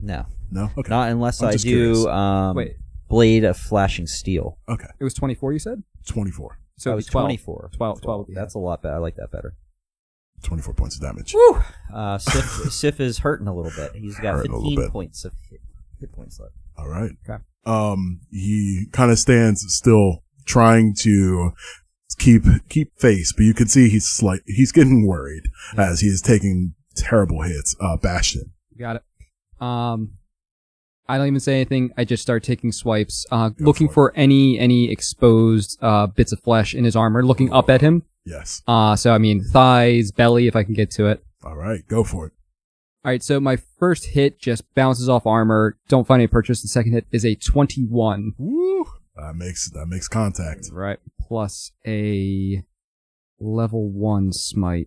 Speaker 4: No,
Speaker 1: No? Okay.
Speaker 4: not unless
Speaker 1: I'm
Speaker 4: i
Speaker 1: just curious.
Speaker 4: do um,
Speaker 3: Wait.
Speaker 4: blade of flashing steel.
Speaker 1: Okay.
Speaker 3: It was 24, you said?
Speaker 1: 24.
Speaker 3: So
Speaker 4: That
Speaker 3: it
Speaker 4: was
Speaker 3: was 12.
Speaker 4: twenty-four.
Speaker 3: 12, 12 would be
Speaker 4: That's a lot better. I like that better.
Speaker 1: 24 points of damage.
Speaker 4: Uh, Sif, Sif is hurting a little bit. He's got
Speaker 1: Hurting a little
Speaker 4: 15
Speaker 1: bit.
Speaker 4: points of hit, hit points left.
Speaker 1: All right.
Speaker 4: Okay.
Speaker 1: Um, he kind of stands still, trying to keep keep face, but you can see he's slight. He's getting worried as he is taking terrible hits. Uh, Bastion.
Speaker 3: Got it. Um, I don't even say anything. I just start taking swipes, uh,
Speaker 1: Go
Speaker 3: looking
Speaker 1: for
Speaker 3: for any any exposed uh, bits of flesh in his armor. Looking up at him.
Speaker 1: Yes.
Speaker 3: Uh, so I mean thighs, belly, if I can get to it.
Speaker 1: All right. Go for it.
Speaker 3: All right. So my first hit just bounces off armor. Don't find any purchase. The second hit is a twenty-one.
Speaker 1: Woo. That makes that makes contact.
Speaker 3: Right. Plus a level one smite.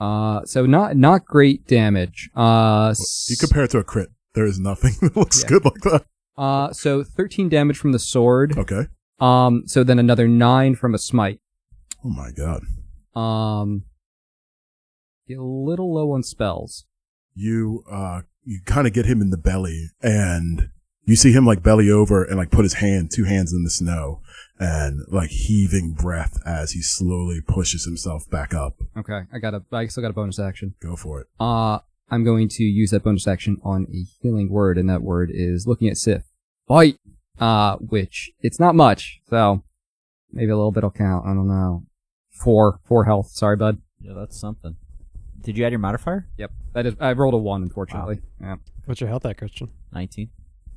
Speaker 3: Uh, so not not great damage. Uh,
Speaker 1: You compare it to a crit. There is nothing that looks
Speaker 3: Yeah.
Speaker 1: good like that.
Speaker 3: uh, so thirteen damage from the sword.
Speaker 1: Okay.
Speaker 3: Um, so then another nine from a smite.
Speaker 1: Oh my god.
Speaker 3: Um, get a little low on spells.
Speaker 1: You uh you kind of get him in the belly and you see him like belly over and like put his hand, two hands in the snow and like heaving breath as he slowly pushes himself back up.
Speaker 3: Okay, I got a, I still got a bonus action.
Speaker 1: Go for it.
Speaker 3: Uh, I'm going to use that bonus action on a healing word, and that word is looking at Sif. Bite. Uh, which it's not much, so maybe a little bit will count. I don't know. Four, four health. Sorry, bud.
Speaker 4: Yeah, that's something. Did you add your modifier?
Speaker 3: Yep. That is. I rolled a one, unfortunately. Yeah.
Speaker 5: What's your health at, Christian?
Speaker 4: 19.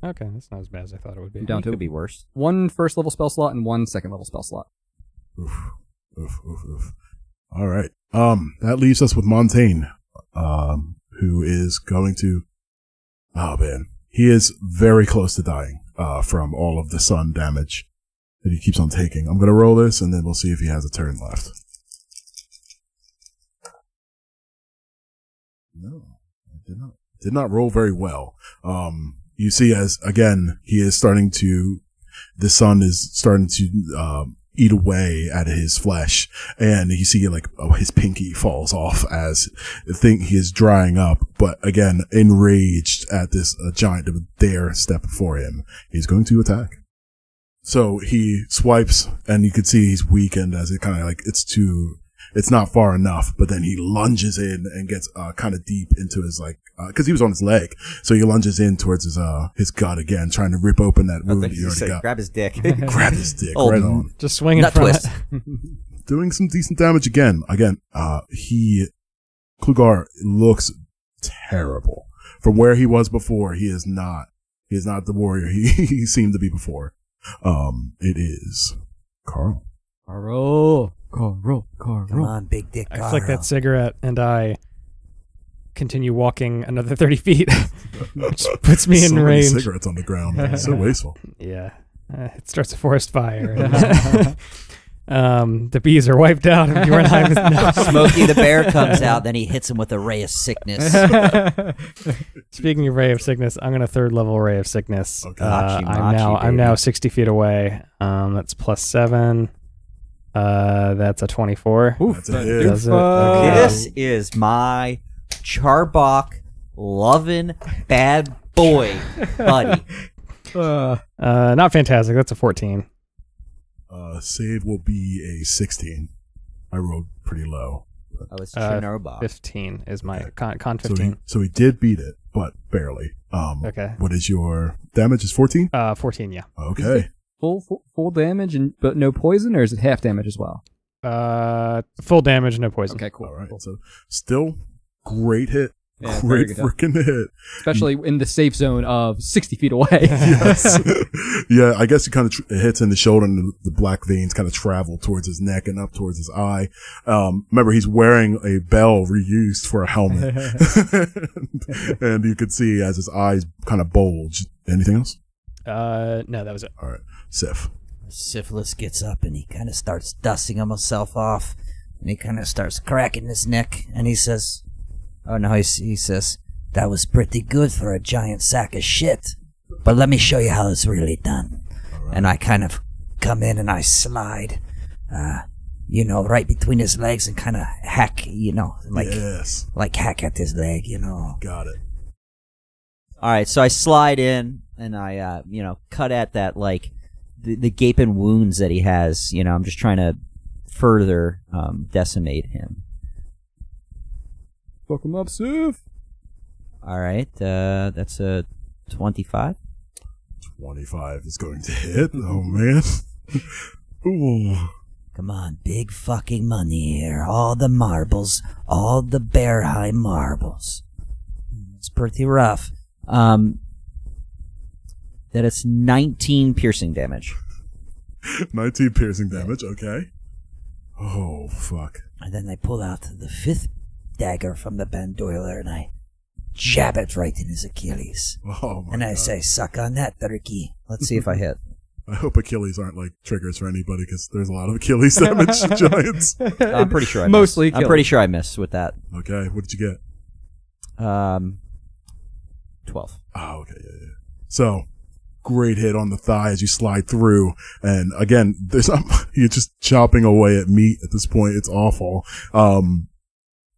Speaker 5: Okay, that's not as bad as I thought it would be.
Speaker 3: Yeah. Down
Speaker 4: It
Speaker 3: to-
Speaker 4: could be worse.
Speaker 3: One first level spell slot and one second level spell slot.
Speaker 1: Oof, oof, oof, oof. All right. Um, that leaves us with Montaigne, um, who is going to. Oh man, he is very close to dying uh, from all of the sun damage that he keeps on taking. I'm gonna roll this, and then we'll see if he has a turn left. No, I did not. Did not roll very well. Um, you see, as again, he is starting to the sun is starting to um, eat away at his flesh, and you see like oh, his pinky falls off as the thing he is drying up. But again, enraged at this uh, giant that would dare step before him, he's going to attack. So he swipes, and you can see he's weakened as it kind of like it's too. It's not far enough, but then he lunges in and gets uh, kind of deep into his like, because he was on his leg, so he lunges in towards his uh his gut again, trying to rip open that wound he
Speaker 4: You
Speaker 1: already
Speaker 4: said
Speaker 1: got
Speaker 4: grab his dick.
Speaker 1: grab his dick
Speaker 4: Oh,
Speaker 1: right on.
Speaker 5: Just swing in
Speaker 4: Nut
Speaker 5: front.
Speaker 4: twist.
Speaker 1: Doing some decent damage again. Again, uh, he, Klugar looks terrible. From where he was before, he is not, he is not the warrior he, he seemed to be before. Um, it is Carl.
Speaker 3: Carl, Carl, Carl.
Speaker 4: on, big dick.
Speaker 5: I flick that cigarette and I continue walking another 30 feet, which puts me in
Speaker 1: so many
Speaker 5: range.
Speaker 1: cigarettes on the ground. so wasteful.
Speaker 5: Yeah. Uh, it starts a forest fire. um, the bees are wiped out. If you run high with- no.
Speaker 4: Smokey the bear comes out, then he hits him with a ray of sickness.
Speaker 5: Speaking of ray of sickness, I'm gonna third level ray of sickness.
Speaker 1: Okay.
Speaker 5: Uh,
Speaker 4: Hachi
Speaker 5: I'm now
Speaker 4: machi,
Speaker 5: I'm now
Speaker 4: baby.
Speaker 5: 60 feet away. Um, that's plus seven. Uh, that's a 24.
Speaker 1: That's a hit.
Speaker 5: Does it? Okay.
Speaker 4: this is my Charbok loving bad boy, buddy.
Speaker 5: Uh, not fantastic. That's a 14.
Speaker 1: Uh, save will be a 16. I rolled pretty low.
Speaker 4: I was
Speaker 5: Uh,
Speaker 4: Chernobok.
Speaker 5: 15 is my con, con
Speaker 1: So he,
Speaker 5: 15.
Speaker 1: so he did beat it, but barely. Um,
Speaker 5: Okay.
Speaker 1: What is your damage? Is 14?
Speaker 5: Uh, 14. Yeah.
Speaker 1: Okay.
Speaker 3: Full, full, full damage and but no poison, or is it half damage as well?
Speaker 5: Uh, full damage, no poison.
Speaker 3: Okay, cool.
Speaker 1: All right.
Speaker 3: cool.
Speaker 1: So still great hit.
Speaker 3: Yeah, very
Speaker 1: great
Speaker 3: good
Speaker 1: freaking hit.
Speaker 3: especially in the safe zone of 60 feet away.
Speaker 1: Yes. yeah, I guess it kind of tr- it hits in the shoulder and the, the black veins kind of travel towards his neck and up towards his eye. Um, remember, he's wearing a bell reused for a helmet. and, you could see as his eyes kind of bulge. Anything else?
Speaker 5: Uh, no, that was it.
Speaker 1: All right. Sif.
Speaker 4: Syphilis gets up and he kind of starts dusting himself off and he kind of starts cracking his neck and he says, Oh no, he, s- he says, That was pretty good for a giant sack of shit. But let me show you how it's really done. And I kind of come in and I slide, uh, you know, right between his legs and kind of hack, you know, like,
Speaker 1: yes.
Speaker 4: like hack at his leg, you know.
Speaker 1: Got it.
Speaker 4: All right, so I slide in and I, uh, you know, cut at that like the, the gaping wounds that he has. You know, I'm just trying to further um, decimate him.
Speaker 3: Fuck him up, Sif.
Speaker 4: All right, uh, that's a twenty-five.
Speaker 1: 25 is going to hit. Oh, man. Ooh.
Speaker 4: Come on, big fucking money here. All the marbles, all the Bearheim marbles. It's pretty rough. Um, that is 19 piercing damage.
Speaker 1: 19 piercing damage. Okay. Oh, fuck.
Speaker 4: And then I pull out the fifth dagger from the bandoiler and I jab it right in his Achilles.
Speaker 1: Oh, my
Speaker 4: and I
Speaker 1: God.
Speaker 4: say, suck on that, turkey. Let's see if I hit.
Speaker 1: I hope Achilles aren't like triggers for anybody because there's a lot of Achilles damage to giants.
Speaker 4: I'm pretty sure I
Speaker 3: Mostly
Speaker 4: missed. I'm
Speaker 3: kills.
Speaker 4: pretty sure I missed with that.
Speaker 1: Okay. What did you get?
Speaker 4: Um, 12.
Speaker 1: Oh, okay, yeah, yeah. So great hit on the thigh as you slide through, and again, there's you're just chopping away at meat at this point. It's awful. Um,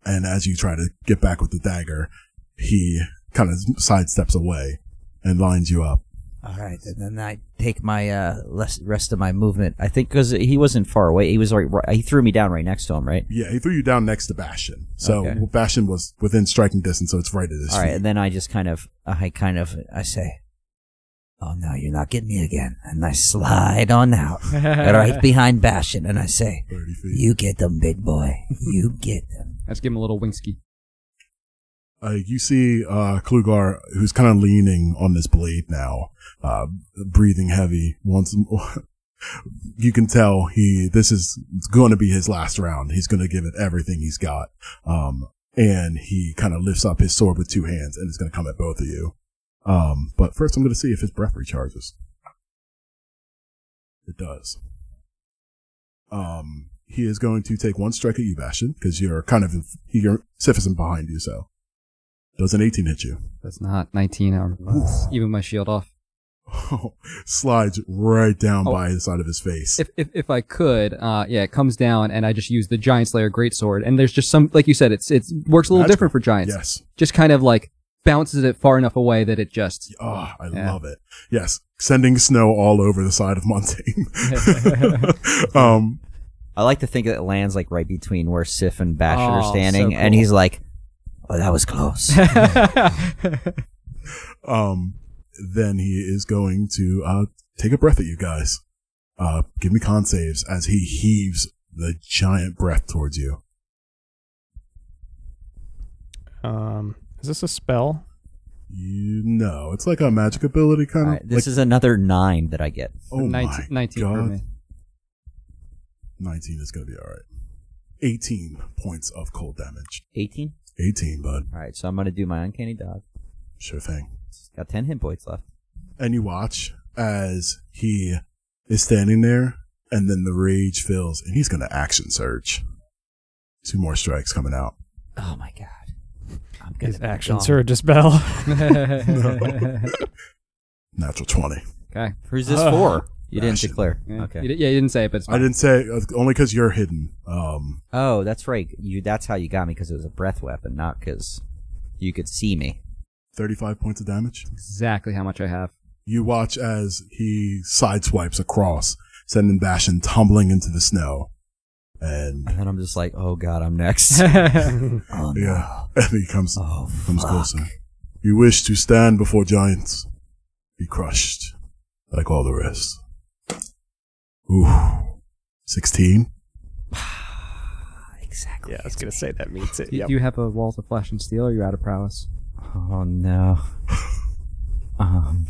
Speaker 1: and as you try to get back with the dagger, he kind of sidesteps away and lines you up.
Speaker 4: All right, and then I take my uh, less, rest of my movement. I think because he wasn't far away, he was right, right. He threw me down right next to him, right?
Speaker 1: Yeah, he threw you down next to Bastion. So
Speaker 4: Okay.
Speaker 1: Bastion was within striking distance, so it's right at his
Speaker 4: All right,
Speaker 1: feet.
Speaker 4: and then I just kind of, I kind of, I say, "Oh no, you're not getting me again," and I slide on out right behind Bastion, and I say,
Speaker 1: 30 feet.
Speaker 4: "You get them, big boy. You get them."
Speaker 3: Let's give him a little wingsky.
Speaker 1: Uh, you see uh, Klugar, who's kind of leaning on this blade now, uh, breathing heavy. Once you can tell, he this is going to be his last round. He's going to give it everything he's got. Um, and he kind of lifts up his sword with two hands and is going to come at both of you. Um, but first, I'm going to see if his breath recharges. It does. Um, he is going to take one strike at you, Bastion, because you're kind of you're Sif isn't behind you, so. Does an 18 hit you?
Speaker 3: That's not 19 hour. Even my shield off.
Speaker 1: Oh, Slides right down
Speaker 3: Oh.
Speaker 1: by the side of his face.
Speaker 3: If, if, if I could, uh, yeah, it comes down and I just use the Giant Slayer Greatsword. And there's just some, like you said, it's, it's works a little
Speaker 1: Magical.
Speaker 3: different for Giants.
Speaker 1: yes.
Speaker 3: Just kind of like bounces it far enough away that it just.
Speaker 1: Ah, I
Speaker 3: Yeah.
Speaker 1: love it. Yes. Sending snow all over the side of Montaigne. um,
Speaker 4: I like to think that it lands like right between where Sif and Bastion
Speaker 3: Oh,
Speaker 4: are standing,
Speaker 3: so
Speaker 4: and
Speaker 3: cool.
Speaker 4: he's like, "Oh, that was close."
Speaker 1: um, then he is going to, uh, take a breath at you guys. Uh, give me con saves as he heaves the giant breath towards you.
Speaker 5: Um, is this a spell?
Speaker 1: You know, it's like a magic ability
Speaker 4: All
Speaker 1: kind of.
Speaker 4: right, this is another nine that I get.
Speaker 1: oh
Speaker 3: 19,
Speaker 1: my
Speaker 3: 19 for
Speaker 1: God.
Speaker 3: me.
Speaker 1: 19 is going to be all right. 18 points of cold damage.
Speaker 4: 18?
Speaker 1: 18, bud.
Speaker 4: All right, so I'm going to do my uncanny dodge.
Speaker 1: Sure thing.
Speaker 4: It's got 10 hit points left.
Speaker 1: And you watch as he is standing there, and then the rage fills, and he's going to action surge. Two more strikes coming out.
Speaker 4: Oh my god. I'm gonna
Speaker 5: Is
Speaker 4: be
Speaker 5: action
Speaker 4: gone.
Speaker 5: surge a spell?
Speaker 1: Natural 20.
Speaker 3: okay.
Speaker 4: Who's this
Speaker 5: Uh,
Speaker 4: for? You didn't
Speaker 1: Ration.
Speaker 4: declare.
Speaker 3: Yeah.
Speaker 4: Okay.
Speaker 3: You di- yeah, you didn't say it, but it's
Speaker 1: I
Speaker 3: fine.
Speaker 1: didn't say, uh, only because you're hidden. Um,
Speaker 4: Oh, that's right. You that's how you got me because it was a breath weapon, not because you could see me.
Speaker 1: 35 points of damage.
Speaker 3: exactly how much I have.
Speaker 1: You watch as he sideswipes across, sending Bastion tumbling into the snow. And
Speaker 4: And then I'm just like, oh god, I'm next. oh, no.
Speaker 1: yeah, and he comes
Speaker 4: oh
Speaker 1: comes
Speaker 4: fuck.
Speaker 1: closer. You wish to stand before giants, be crushed, like all the rest. Ooh, sixteen.
Speaker 4: Exactly.
Speaker 5: yeah, I was gonna say that meets it.
Speaker 3: Do,
Speaker 5: Yep.
Speaker 3: do you have a wall of flesh and steel? Or you're out of prowess.
Speaker 4: Oh no. Um,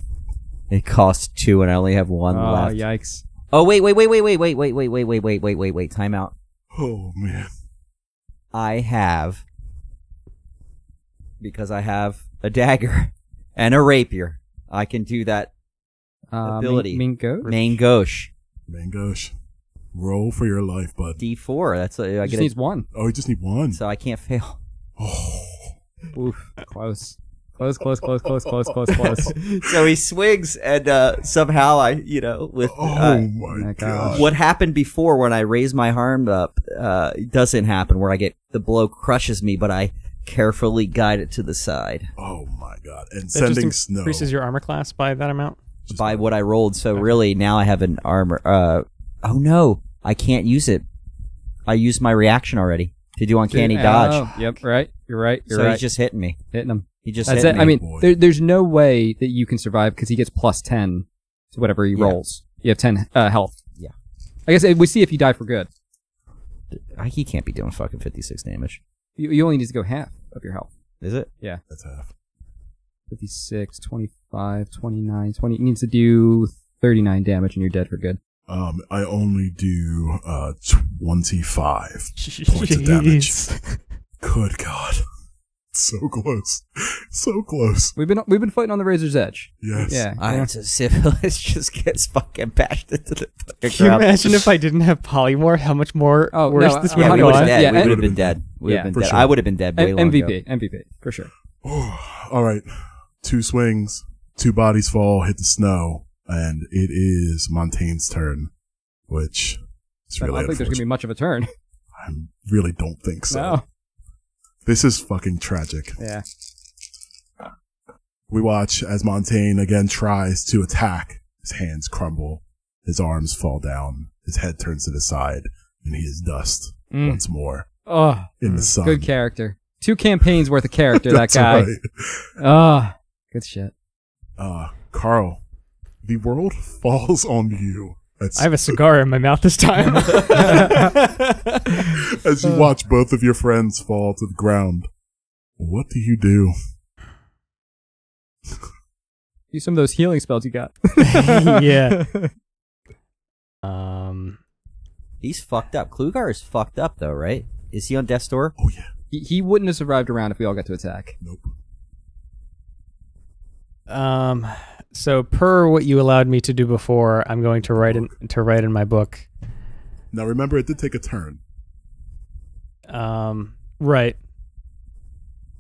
Speaker 4: it costs two, and I only have one
Speaker 3: oh,
Speaker 4: left.
Speaker 3: yikes!
Speaker 4: Oh wait, wait, wait, wait, wait, wait, wait, wait, wait, wait, wait, wait, wait, wait. Time out.
Speaker 1: Oh man,
Speaker 4: I have because I have a dagger and a rapier. I can do that
Speaker 3: Uh, Main,
Speaker 4: Ability.
Speaker 3: main goat.
Speaker 4: main gauche.
Speaker 1: man, gosh, roll for your life, bud.
Speaker 4: D four. That's a, I
Speaker 3: Just
Speaker 4: get
Speaker 3: needs
Speaker 4: it.
Speaker 3: one.
Speaker 1: Oh, you just need one.
Speaker 4: So I can't fail.
Speaker 1: Oh,
Speaker 3: Oof, close. Close, close, close, close, close, close, close.
Speaker 4: so he swigs and uh, somehow I you know, with
Speaker 1: oh
Speaker 4: uh,
Speaker 1: my
Speaker 3: my
Speaker 1: god.
Speaker 3: gosh.
Speaker 4: what happened before when I raise my arm up uh, doesn't happen where I get the blow crushes me, but I carefully guide it to the side
Speaker 1: Oh my god. And
Speaker 5: That
Speaker 1: sending
Speaker 5: just
Speaker 1: snow.
Speaker 5: increases your armor class by that amount.
Speaker 1: Just-
Speaker 4: by what I rolled. So really now I have an armor uh oh no, I can't use it. I used my reaction already. to do uncanny dodge.
Speaker 3: Oh, yep, right. You're right. You're
Speaker 4: so
Speaker 3: right.
Speaker 4: he's just hitting me.
Speaker 3: hitting him.
Speaker 4: He just
Speaker 3: That's
Speaker 4: hit
Speaker 3: it.
Speaker 4: me.
Speaker 3: I mean,
Speaker 1: boy.
Speaker 3: there, there's no way that you can survive because he gets plus 10 to whatever he
Speaker 4: Yeah.
Speaker 3: rolls. You have 10 uh, health.
Speaker 4: Yeah.
Speaker 3: I guess uh, we see if you die for good.
Speaker 4: I- he can't be doing fucking fifty six damage.
Speaker 3: You, you only need to go half of your health.
Speaker 4: Is it?
Speaker 1: That's half.
Speaker 3: 56, 25, 29, 20. You need to do 39 damage and you're dead for good.
Speaker 1: Um, I only do uh twenty five. Points of damage.
Speaker 5: Jeez.
Speaker 1: Good God, so close, so close.
Speaker 3: We've been we've been fighting on the razor's edge.
Speaker 1: Yes.
Speaker 3: Yeah.
Speaker 4: I
Speaker 3: yeah.
Speaker 4: it's as if it just gets fucking bashed into the fucking
Speaker 5: Can you
Speaker 4: ground.
Speaker 5: imagine if I didn't have polymorph? How much more
Speaker 3: Oh,
Speaker 5: worse
Speaker 3: no,
Speaker 5: this
Speaker 3: uh,
Speaker 5: would
Speaker 4: Yeah,
Speaker 5: have
Speaker 4: we
Speaker 3: Hundred
Speaker 4: would have
Speaker 3: percent.
Speaker 5: gone?
Speaker 4: dead.
Speaker 3: Yeah,
Speaker 4: we
Speaker 3: and-
Speaker 4: would have been dead. We would
Speaker 3: Yeah.
Speaker 4: have
Speaker 1: For
Speaker 4: been dead.
Speaker 1: sure.
Speaker 4: I would have been dead way
Speaker 3: M-
Speaker 4: long
Speaker 3: MVP,
Speaker 4: ago.
Speaker 3: MVP for sure.
Speaker 1: Oh, All right, two swings, two bodies fall, hit the snow, and it is Montaigne's turn, which is
Speaker 3: I
Speaker 1: really.
Speaker 3: don't think there's gonna be
Speaker 1: unfortunate.
Speaker 3: much of a turn.
Speaker 1: I really don't think so.
Speaker 3: No.
Speaker 1: This is fucking tragic.
Speaker 3: Yeah.
Speaker 1: We watch as Montaigne again tries to attack. His hands crumble, his arms fall down, his head turns to the side, and he is dust
Speaker 3: Mm.
Speaker 1: once more
Speaker 3: Oh,
Speaker 1: in the sun.
Speaker 3: good character. Two campaigns worth of character. that
Speaker 1: That's
Speaker 3: guy.
Speaker 1: right.
Speaker 3: Ah, good shit.
Speaker 1: Uh, Carl, the world falls on you. That's
Speaker 5: I have a cigar in my mouth this time.
Speaker 1: as you watch both of your friends fall to the ground. What do you do?
Speaker 3: Use some of those healing spells you got.
Speaker 5: yeah. Um.
Speaker 4: He's fucked up. Klugar is fucked up though, right? Is he on death's door?
Speaker 1: Oh yeah,
Speaker 3: He, he wouldn't have survived around if we all got to attack.
Speaker 1: nope.
Speaker 5: Um. So per what you allowed me to do before, I'm going to write in to write in my book.
Speaker 1: Now remember, it did take a turn,
Speaker 5: Um. Right.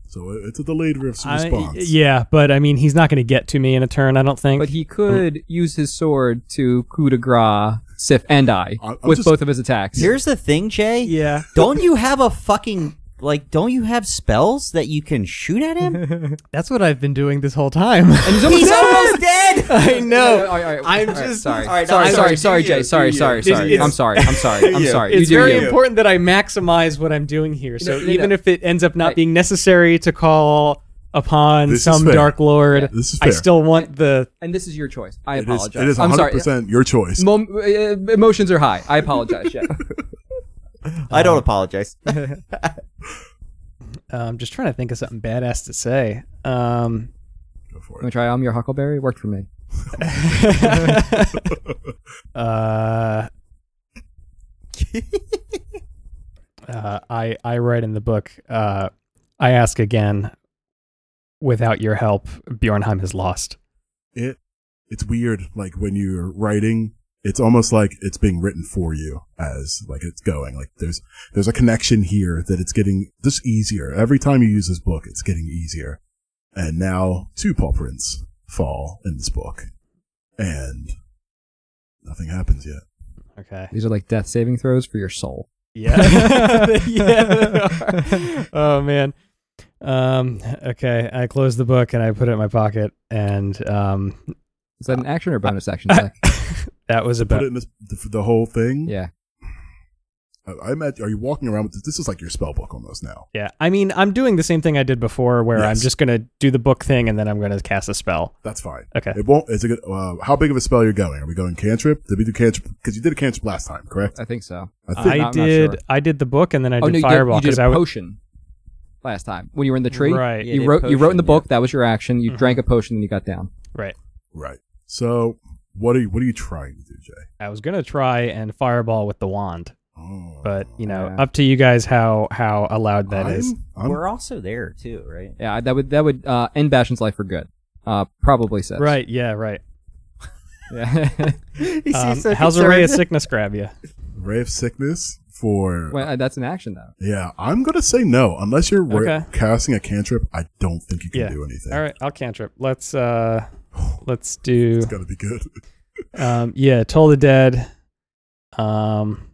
Speaker 1: so it- it's a delayed re-
Speaker 5: I-
Speaker 1: response.
Speaker 5: yeah, but I mean, he's not going to get to me in a turn. I don't think.
Speaker 3: But he could use his sword to coup de grace Sif and I
Speaker 1: I- I'm
Speaker 3: with
Speaker 1: just-
Speaker 3: both of his attacks.
Speaker 4: Here's the thing, Jay.
Speaker 5: yeah.
Speaker 4: Don't you have a fucking like? Don't you have spells that you can shoot at him?
Speaker 5: That's what I've been doing this whole time.
Speaker 3: He's
Speaker 4: He's almost dead.
Speaker 5: I
Speaker 3: No, all right, all right,
Speaker 5: I'm
Speaker 3: all right,
Speaker 5: just-
Speaker 3: sorry.
Speaker 5: all right,
Speaker 3: sorry,
Speaker 5: I'm
Speaker 3: sorry,
Speaker 5: sorry.
Speaker 3: sorry,
Speaker 5: Do
Speaker 3: Jay.
Speaker 5: you,
Speaker 3: Sorry,
Speaker 5: do you.
Speaker 3: sorry,
Speaker 5: It's-
Speaker 3: sorry.
Speaker 5: it's-
Speaker 3: I'm sorry. I'm sorry. I'm
Speaker 5: Yeah.
Speaker 3: sorry.
Speaker 5: It's
Speaker 3: you do
Speaker 5: very
Speaker 3: you.
Speaker 5: important that I maximize what I'm doing here. So
Speaker 3: No, no,
Speaker 5: even
Speaker 3: no.
Speaker 5: if it ends up not
Speaker 3: Hey.
Speaker 5: being necessary to call upon
Speaker 1: This is
Speaker 5: some
Speaker 1: fair.
Speaker 5: dark lord,
Speaker 1: This is
Speaker 5: I
Speaker 1: fair.
Speaker 5: still want the.
Speaker 3: And this is your choice. I
Speaker 1: It is,
Speaker 3: apologize.
Speaker 1: it is
Speaker 3: I'm
Speaker 1: 100%
Speaker 3: sorry.
Speaker 1: your choice.
Speaker 3: Mo- uh, emotions are high. I apologize. Yeah.
Speaker 4: I don't apologize.
Speaker 5: uh, I'm just trying to think of something badass to say. Um,
Speaker 1: Go for
Speaker 3: Want to
Speaker 1: it.
Speaker 3: try? I'm your Huckleberry. Worked for me.
Speaker 5: uh, uh, I I write in the book. Uh, I ask again. Without your help, Bjornheim is lost.
Speaker 1: It it's weird. Like when you're writing, it's almost like it's being written for you as like it's going. Like there's there's a connection here that it's getting just easier every time you use this book. It's getting easier, and now two paw prints fall in this book, and nothing happens yet.
Speaker 5: Okay.
Speaker 3: These are like death saving throws for your soul.
Speaker 5: Yeah. yeah. oh man. Um. Okay. I close the book and I put it in my pocket, and um,
Speaker 3: Is that an
Speaker 4: Uh,
Speaker 3: action or bonus action? Zach?
Speaker 5: that was
Speaker 1: Put
Speaker 5: about.
Speaker 1: it in this, the, the whole thing.
Speaker 3: yeah.
Speaker 1: I, I met. Are you walking around with this? This is like your spell book almost now.
Speaker 5: Yeah. I mean, I'm doing the same thing I did before, where I'm
Speaker 1: Yes.
Speaker 5: just gonna do the book thing and then I'm gonna cast a spell.
Speaker 1: That's fine.
Speaker 5: Okay.
Speaker 1: It won't. Is it? good- Uh, how big of a spell you're going? Are we going cantrip? Did we do cantrip? Because you did a cantrip last time, correct?
Speaker 3: I think so.
Speaker 1: I
Speaker 3: I'm
Speaker 1: think-
Speaker 5: I
Speaker 3: not- I'm not
Speaker 5: did.
Speaker 3: sure.
Speaker 5: I did the book and then I
Speaker 3: oh
Speaker 5: did
Speaker 3: no, you
Speaker 5: fireball
Speaker 3: did, you did a
Speaker 5: I w-
Speaker 3: potion last time when you were in the tree.
Speaker 5: Right. Mm-hmm.
Speaker 4: Yeah,
Speaker 3: you
Speaker 4: did
Speaker 3: wrote. you wrote in the
Speaker 4: potion, yeah.
Speaker 3: book. That was your action. You drank a potion and you got down.
Speaker 5: right.
Speaker 1: Right. So what are you? What are you trying to do, Jay?
Speaker 5: I was gonna try and fireball with the wand,
Speaker 1: Oh,
Speaker 5: but you know,
Speaker 3: Yeah.
Speaker 5: up to you guys how how allowed that
Speaker 1: I'm-
Speaker 5: is.
Speaker 1: I'm-
Speaker 4: We're also there too, right?
Speaker 3: Yeah. That would that would uh, end Bastion's life for good. Uh, probably says.
Speaker 5: Right. Yeah. Right.
Speaker 3: Yeah.
Speaker 4: He
Speaker 5: Um, how's a ray of sickness grab you?
Speaker 1: ray of sickness for.
Speaker 3: well, uh, that's an action though.
Speaker 1: yeah, I'm gonna say no unless you're ra-
Speaker 5: Okay.
Speaker 1: casting a cantrip. I don't think you can
Speaker 5: Yeah.
Speaker 1: do anything.
Speaker 5: All right, I'll cantrip. Let's uh let's do
Speaker 1: It's gonna be good.
Speaker 5: um yeah, Toll the Dead. Um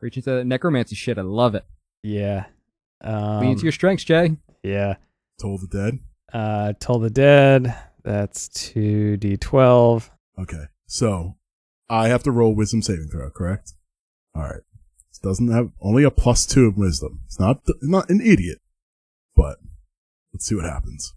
Speaker 3: Reaching to the necromancy shit. I love it.
Speaker 5: yeah. Um
Speaker 3: Lean to your strengths, Jay.
Speaker 5: yeah.
Speaker 1: Toll the dead.
Speaker 5: Uh Toll the Dead. That's 2d12.
Speaker 1: Okay. So I have to roll wisdom saving throw, correct? All right. It doesn't have only a plus two of wisdom. It's not th- not an idiot, but let's see what happens.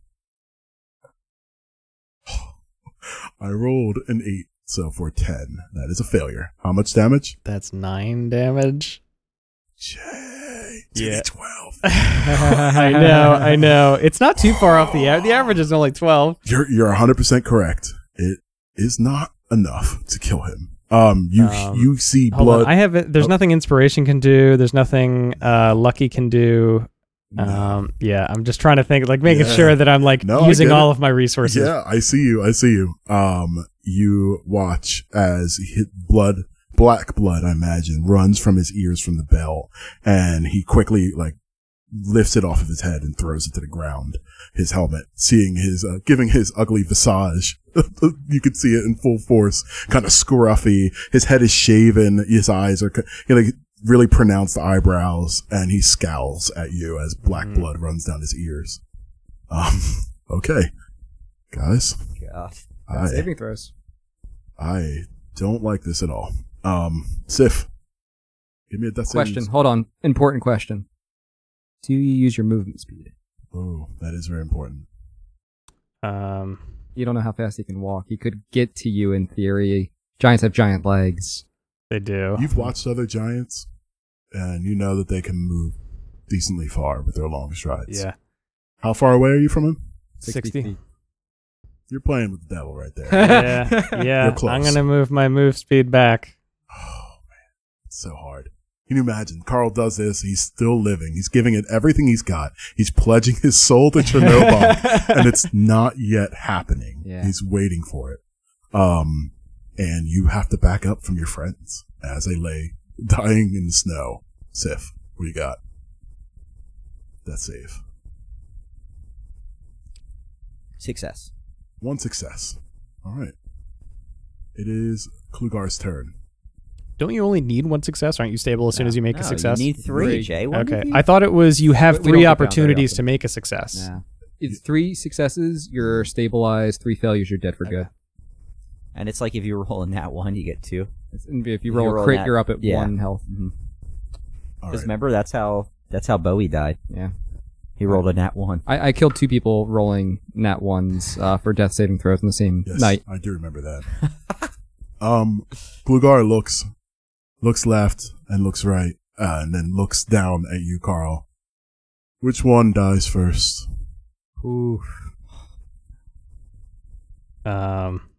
Speaker 1: I rolled an eight, so for ten, that is a failure. How much damage?
Speaker 5: That's nine damage.
Speaker 1: Jay,
Speaker 5: Yeah.
Speaker 1: twelve.
Speaker 5: I know, I know. It's not too far off the average. The average is only twelve.
Speaker 1: You're you're hundred percent correct. It is not enough to kill him. Um, you
Speaker 5: Um,
Speaker 1: you see
Speaker 5: Hold
Speaker 1: blood.
Speaker 5: on. I have. There's
Speaker 1: Oh.
Speaker 5: nothing inspiration can do. There's nothing uh, lucky can do.
Speaker 1: No.
Speaker 5: Um, yeah, I'm just trying to think, like making
Speaker 1: Yeah.
Speaker 5: sure that I'm like
Speaker 1: No, I
Speaker 5: using
Speaker 1: get
Speaker 5: all
Speaker 1: it.
Speaker 5: of my resources.
Speaker 1: Yeah, I see you. I see you. Um, you watch as hit blood, black blood, I imagine, runs from his ears from the bell, and he quickly like lifts it off of his head and throws it to the ground. His helmet, seeing his, uh, giving his ugly visage, you can see it in full force, kind of scruffy. His head is shaven. His eyes are ki- he, like really pronounced eyebrows, and he scowls at you as black
Speaker 5: Mm.
Speaker 1: blood runs down his ears. Um, okay, guys.
Speaker 4: God.
Speaker 1: I,
Speaker 3: Saving throws.
Speaker 1: I don't like this at all. Um, Sif, give me a death saving
Speaker 3: Question.
Speaker 1: throw.
Speaker 3: Hold on. Important question. Do you use your movement speed?
Speaker 1: Oh, that is very important.
Speaker 5: Um,
Speaker 3: You don't know how fast he can walk. He could get to you in theory. Giants have giant legs.
Speaker 5: they do.
Speaker 1: You've watched other giants, and you know that they can move decently far with their long strides.
Speaker 5: yeah,
Speaker 1: How far away are you from him?
Speaker 3: 60
Speaker 5: sixty.
Speaker 3: feet.
Speaker 1: You're playing with the devil right there.
Speaker 5: yeah,
Speaker 1: You're
Speaker 5: yeah.
Speaker 1: close.
Speaker 5: I'm gonna move my move speed back.
Speaker 1: oh man, it's so hard. Can you imagine? Carl does this. He's still living. He's giving it everything he's got. He's pledging his soul to Chernobyl. and it's not yet happening.
Speaker 3: Yeah.
Speaker 1: He's waiting for it. Um, and you have to back up from your friends as they lay dying in the snow. Sif, what you got? That's safe.
Speaker 4: Success.
Speaker 1: One success. All right. It is Klugar's turn.
Speaker 5: Don't you only need one success? Aren't you stable as soon as you make
Speaker 4: No,
Speaker 5: a
Speaker 4: Oh,
Speaker 5: success?
Speaker 4: You need three,
Speaker 3: Three.
Speaker 4: Jay. What
Speaker 5: okay.
Speaker 4: did you-
Speaker 5: I thought it was you have
Speaker 3: We- we don't get
Speaker 5: three
Speaker 3: down very
Speaker 5: opportunities to
Speaker 3: often.
Speaker 5: make a success.
Speaker 3: Nah. It's three successes, you're stabilized. Three failures, you're dead for good.
Speaker 4: and it's like if you roll in that one, you get two.
Speaker 3: It's- and If you
Speaker 4: If
Speaker 3: roll
Speaker 4: you
Speaker 3: a
Speaker 4: roll
Speaker 3: crit,
Speaker 4: that-
Speaker 3: you're up at
Speaker 4: yeah.
Speaker 3: one health. Mm-hmm.
Speaker 1: All right.
Speaker 4: Because remember, that's how that's how Bowie died.
Speaker 3: Yeah.
Speaker 4: He rolled a nat one.
Speaker 3: I, I killed two people rolling nat ones uh, for death saving throws in the same
Speaker 1: Yes,
Speaker 3: night.
Speaker 1: I do remember that. um, Glugar looks, looks left and looks right, uh, and then looks down at you, Carl. Which one dies first?
Speaker 3: Ooh.
Speaker 5: Um,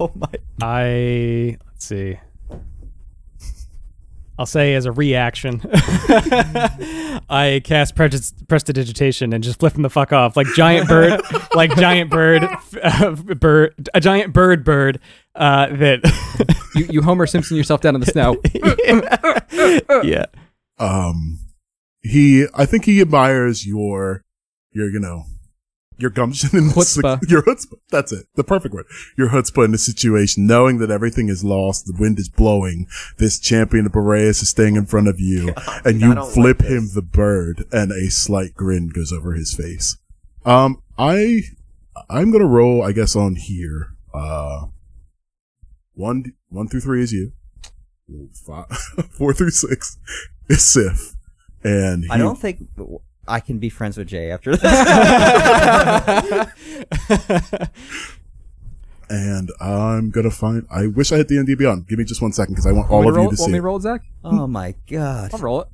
Speaker 4: Oh my!
Speaker 5: I let's see. I'll say as a reaction, I cast prejudice, prestidigitation and just flip him the fuck off, like giant bird, like giant bird, uh, bird, a giant bird, bird uh, that.
Speaker 3: You, you Homer Simpson yourself down in the snow.
Speaker 5: yeah.
Speaker 1: um he i think he admires your your you know your gumption and
Speaker 3: Chutzpah.
Speaker 1: your chutzpah. That's it. The perfect word. Your chutzpah in this situation, knowing that everything is lost, the wind is blowing, this champion of Boreas is staying in front of you, and you flip him the bird, and a slight grin goes over his face. Um, I, I'm gonna roll, I guess, on here. Uh, one, one through three is you. Five, four through six is Sif, and he,
Speaker 4: I don't think I can be friends with Jay after this.
Speaker 1: and I'm gonna find. I wish I had D and D Beyond. Give me just one second because I want
Speaker 3: Want
Speaker 1: all
Speaker 3: me
Speaker 1: of
Speaker 3: to roll
Speaker 1: you to
Speaker 3: it? Want
Speaker 1: see.
Speaker 3: me
Speaker 1: it.
Speaker 3: to roll it, Zach?
Speaker 4: oh my god!
Speaker 3: I'll roll it.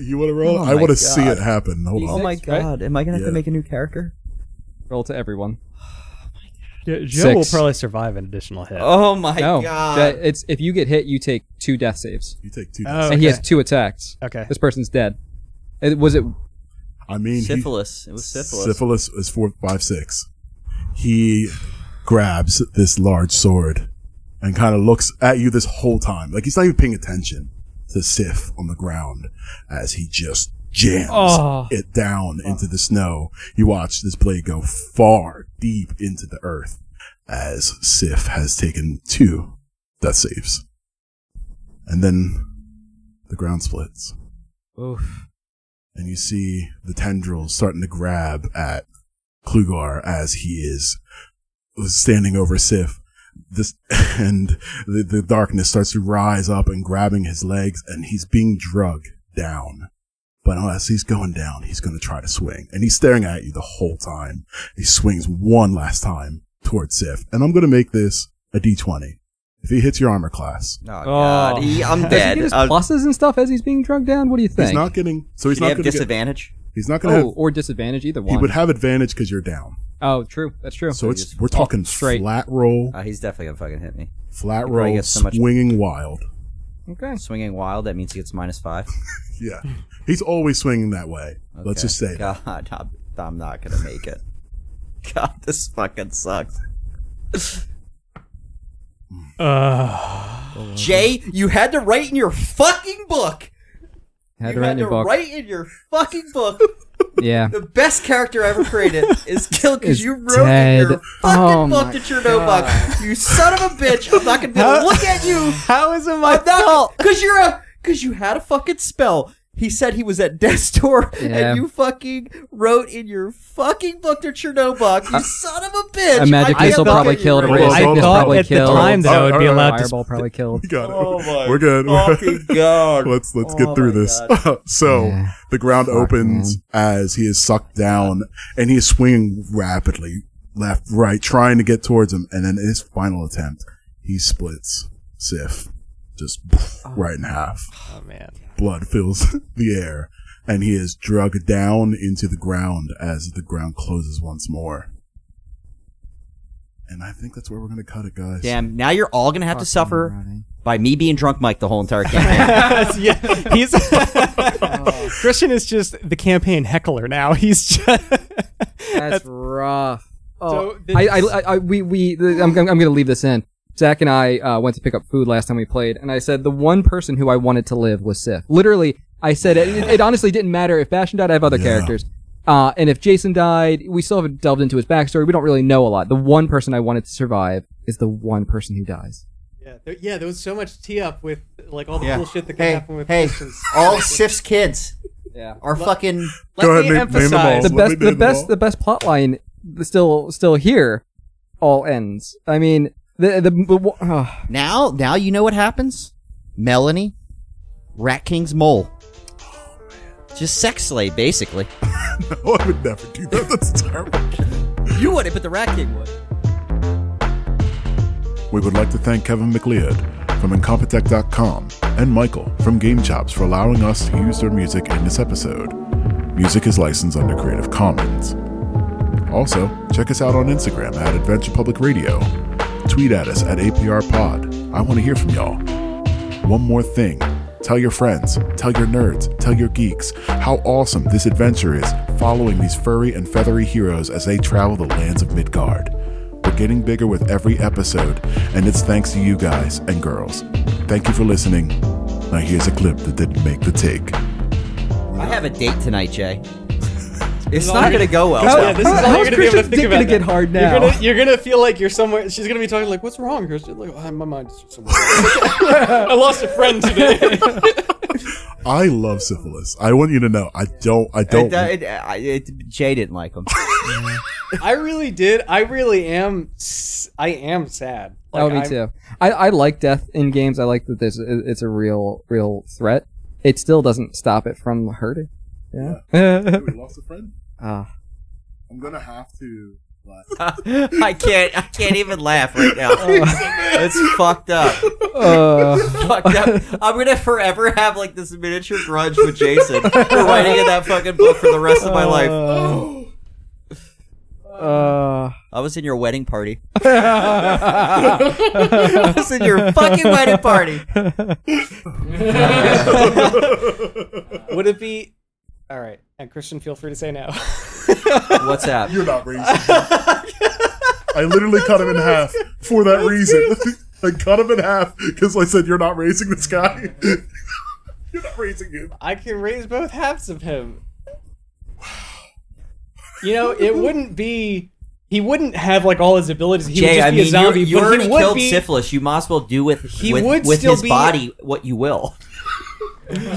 Speaker 1: you want to roll?
Speaker 4: Oh
Speaker 1: I
Speaker 4: my
Speaker 1: want to see
Speaker 4: God.
Speaker 1: it happen. Hold
Speaker 4: Oh
Speaker 1: on.
Speaker 4: my
Speaker 3: Six, right?
Speaker 4: god! Am I gonna have
Speaker 1: Yeah.
Speaker 4: to make a new character?
Speaker 3: Roll to everyone.
Speaker 5: Yeah, Joe will
Speaker 3: Six.
Speaker 5: probably survive an additional hit.
Speaker 4: Oh my
Speaker 3: no,
Speaker 4: god!
Speaker 3: that- it's if you get hit, you take two death saves,
Speaker 1: You take two.
Speaker 5: Oh.
Speaker 1: dice.
Speaker 3: and he
Speaker 5: Okay.
Speaker 3: has two attacks.
Speaker 5: Okay.
Speaker 3: This person's dead. It- was it?
Speaker 1: I mean, he-
Speaker 4: syphilis. It was syphilis.
Speaker 1: Syphilis is four, five, six. He grabs this large sword and kind of looks at you this whole time. Like he's not even paying attention to Sif on the ground as he just jams
Speaker 5: Oh.
Speaker 1: it down into the snow. You watch this blade go far deep into the earth as Sif has taken two death saves. And then the ground splits
Speaker 3: Oof.
Speaker 1: and you see the tendrils starting to grab at Klugar as he is standing over Sif. this and the, the darkness starts to rise up and grabbing his legs and he's being drugged down but as he's going down he's going to try to swing and he's staring at you the whole time he swings one last time towards sif and i'm going to make this a d20 if he hits your armor class
Speaker 4: Oh, God. He, I'm
Speaker 3: Does he
Speaker 4: dead.
Speaker 3: get his
Speaker 4: Uh,
Speaker 3: pluses and stuff as he's being drugged down? What do you think?
Speaker 1: he's not getting so he's
Speaker 4: did
Speaker 1: not
Speaker 4: he have
Speaker 1: going to get
Speaker 4: disadvantage?
Speaker 1: he's not going to
Speaker 3: oh, or disadvantage either
Speaker 1: have
Speaker 3: one.
Speaker 1: he would have advantage because you're down
Speaker 3: oh, true. That's true.
Speaker 1: so it's we're talking
Speaker 3: straight.
Speaker 1: flat roll
Speaker 4: Uh, he's definitely going to fucking hit me.
Speaker 1: flat
Speaker 4: probably
Speaker 1: roll
Speaker 4: gets so much-
Speaker 1: swinging wild
Speaker 3: okay.
Speaker 4: Swinging wild, that means he gets minus five.
Speaker 1: yeah he's always swinging that way let's
Speaker 4: Okay.
Speaker 1: just say that.
Speaker 4: God, I'm, I'm not going to make it. God, this fucking sucks.
Speaker 5: Uh,
Speaker 4: Jay, you had to write in your fucking book.
Speaker 3: Had
Speaker 4: you
Speaker 3: to write
Speaker 4: had
Speaker 3: in your
Speaker 4: to
Speaker 3: book.
Speaker 4: write in your fucking book.
Speaker 3: Yeah.
Speaker 4: the best character ever created is killed because
Speaker 3: Is
Speaker 4: you wrote in your
Speaker 3: dead.
Speaker 4: fucking
Speaker 3: Oh
Speaker 4: book
Speaker 3: my
Speaker 4: that you're no notebook. You son of a bitch! I'm not gonna be able to look at you.
Speaker 5: how is it my
Speaker 4: I'm not because you're a because you had a fucking spell. He said he was at death's door,
Speaker 3: Yeah.
Speaker 4: and you fucking wrote in your fucking book that you're no book. You son of a bitch!
Speaker 3: A magic
Speaker 4: I
Speaker 3: missile
Speaker 4: thought
Speaker 3: probably
Speaker 4: that you
Speaker 3: killed a
Speaker 4: wrote
Speaker 1: Hold on, hold
Speaker 3: ray sickness
Speaker 1: on.
Speaker 3: probably
Speaker 5: At the
Speaker 3: killed.
Speaker 5: time that I would
Speaker 1: Alright,
Speaker 5: be allowed to.
Speaker 3: Fireball probably killed.
Speaker 1: We got it.
Speaker 4: Oh my
Speaker 1: We're good.
Speaker 4: fucking god!
Speaker 1: let's let's
Speaker 4: Oh
Speaker 1: get through
Speaker 4: my
Speaker 1: this.
Speaker 4: God.
Speaker 1: so
Speaker 3: Yeah.
Speaker 1: the ground
Speaker 3: Fuck,
Speaker 1: opens as he is sucked down, and he is swinging rapidly left, right, trying to get towards him. And then in his final attempt, he splits Sif just right in half.
Speaker 5: Oh man.
Speaker 1: Blood fills the air, and he is drugged down into the ground as the ground closes once more. And I think that's where we're gonna cut it, guys.
Speaker 4: Damn! Now you're all gonna have to suffer
Speaker 3: Alrighty.
Speaker 4: by me being drunk, Mike, the whole entire campaign.
Speaker 5: yeah, he's Christian is just the campaign heckler now. He's just
Speaker 3: That's rough. Oh,
Speaker 5: So did-
Speaker 3: I, I, I, I, we, we, I'm, I'm, I'm going to leave this in. Zach and I uh, went to pick up food last time we played, and I said the one person who I wanted to live was Sif. Literally, I said it, it, it honestly didn't matter if Bastion died. I have other characters, uh, and if Jason died, we still haven't delved into his backstory. We don't really know a lot. The one person I wanted to survive is the one person who dies.
Speaker 5: yeah, there, yeah. There was so much tee up with like all the
Speaker 4: Yeah.
Speaker 5: cool shit that could
Speaker 4: Hey,
Speaker 5: happen with
Speaker 4: hey.
Speaker 5: Christian's.
Speaker 4: all Sif's kids
Speaker 3: Yeah.
Speaker 4: are fucking.
Speaker 5: Let
Speaker 1: Go
Speaker 5: me
Speaker 1: ahead, name- name them all.
Speaker 5: emphasize
Speaker 3: The
Speaker 1: Let me
Speaker 3: best, the
Speaker 1: name them all.
Speaker 3: best, the best plot line still, still here. All ends. I mean, the the. the uh,
Speaker 4: Now, now you know what happens. Melanie, Rat King's mole, just sex slave, basically.
Speaker 1: Oh, I would never do that. That's terrible.
Speaker 4: You wouldn't, but the Rat King would.
Speaker 1: We would like to thank Kevin McLeod from Incompetech.com and Michael from GameChops for allowing us to use their music in this episode. Music is licensed under Creative Commons. Also, check us out on Instagram at Adventure Public Radio. Tweet at us at APR Pod. I want to hear from y'all. One more thing tell your friends, tell your nerds, tell your geeks how awesome this adventure is following these furry and feathery heroes as they travel the lands of Midgard. We're getting bigger with every episode, and it's thanks to you guys and girls. Thank you for listening. Now, here's a clip that didn't make the take.
Speaker 4: I have a date tonight, Jay. It's not gonna go well.
Speaker 3: How-
Speaker 5: yeah, this is
Speaker 3: how-
Speaker 5: all
Speaker 3: how's
Speaker 5: you're gonna be able to
Speaker 3: Christian's
Speaker 5: think
Speaker 3: dick
Speaker 5: about.
Speaker 3: gonna get
Speaker 5: now.
Speaker 3: hard
Speaker 5: You're
Speaker 3: now?
Speaker 5: gonna, you're gonna feel like you're somewhere. She's gonna be talking like, "What's wrong, Christian?" Like, oh, my mind is somewhere. I lost a friend today.
Speaker 1: I love syphilis. I want you to know. I don't. I
Speaker 4: It- uh,
Speaker 1: don't.
Speaker 4: it- it- it- Jay didn't like him.
Speaker 5: I really did. I really am. s- I am sad.
Speaker 3: Oh, me
Speaker 5: I'm-
Speaker 3: too. I, I like death in games. I like that there's it- it's a real real threat. It still doesn't stop it from hurting. Yeah.
Speaker 1: we lost a friend.
Speaker 3: Ah.
Speaker 1: I'm gonna have to.
Speaker 4: I can't. I can't even laugh right now.
Speaker 5: Oh.
Speaker 4: it's fucked up.
Speaker 3: Uh,
Speaker 4: Fucked up. I'm gonna forever have like this miniature grudge with Jason for writing in that fucking book for the rest of my life.
Speaker 3: uh,
Speaker 4: I was in your wedding party. I was in your fucking wedding party.
Speaker 5: Would it be? All right, and Christian, feel free to say no.
Speaker 4: What's that?
Speaker 1: You're not racist. I literally cut him in half for that reason. I cut him in half because I said, You're not raising this guy. You're not raising him.
Speaker 5: I can raise both halves of him. You know, it wouldn't be. He wouldn't have like all his abilities. He would
Speaker 4: Jay,
Speaker 5: just
Speaker 4: I
Speaker 5: be
Speaker 4: mean,
Speaker 5: a zombie.
Speaker 4: you, you
Speaker 5: but
Speaker 4: already
Speaker 5: he would
Speaker 4: killed
Speaker 5: be,
Speaker 4: syphilis. You might as well do with
Speaker 5: He
Speaker 4: with,
Speaker 5: would
Speaker 4: with
Speaker 5: still
Speaker 4: his
Speaker 5: be-
Speaker 4: body what you will.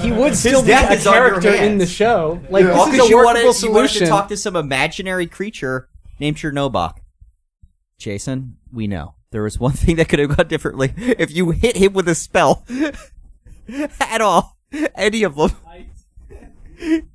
Speaker 5: He would still be
Speaker 4: death
Speaker 5: a
Speaker 4: is on your
Speaker 5: character in
Speaker 4: hands.
Speaker 5: the show. Like
Speaker 1: Yeah.
Speaker 4: All
Speaker 5: this
Speaker 4: because
Speaker 5: is a
Speaker 4: you
Speaker 5: workable
Speaker 4: wanted, you wanted
Speaker 5: solution.
Speaker 4: to talk to some imaginary creature named Chernobok. Jason, we know. there was one thing that could have gone differently if you hit him with a spell at all, any of them.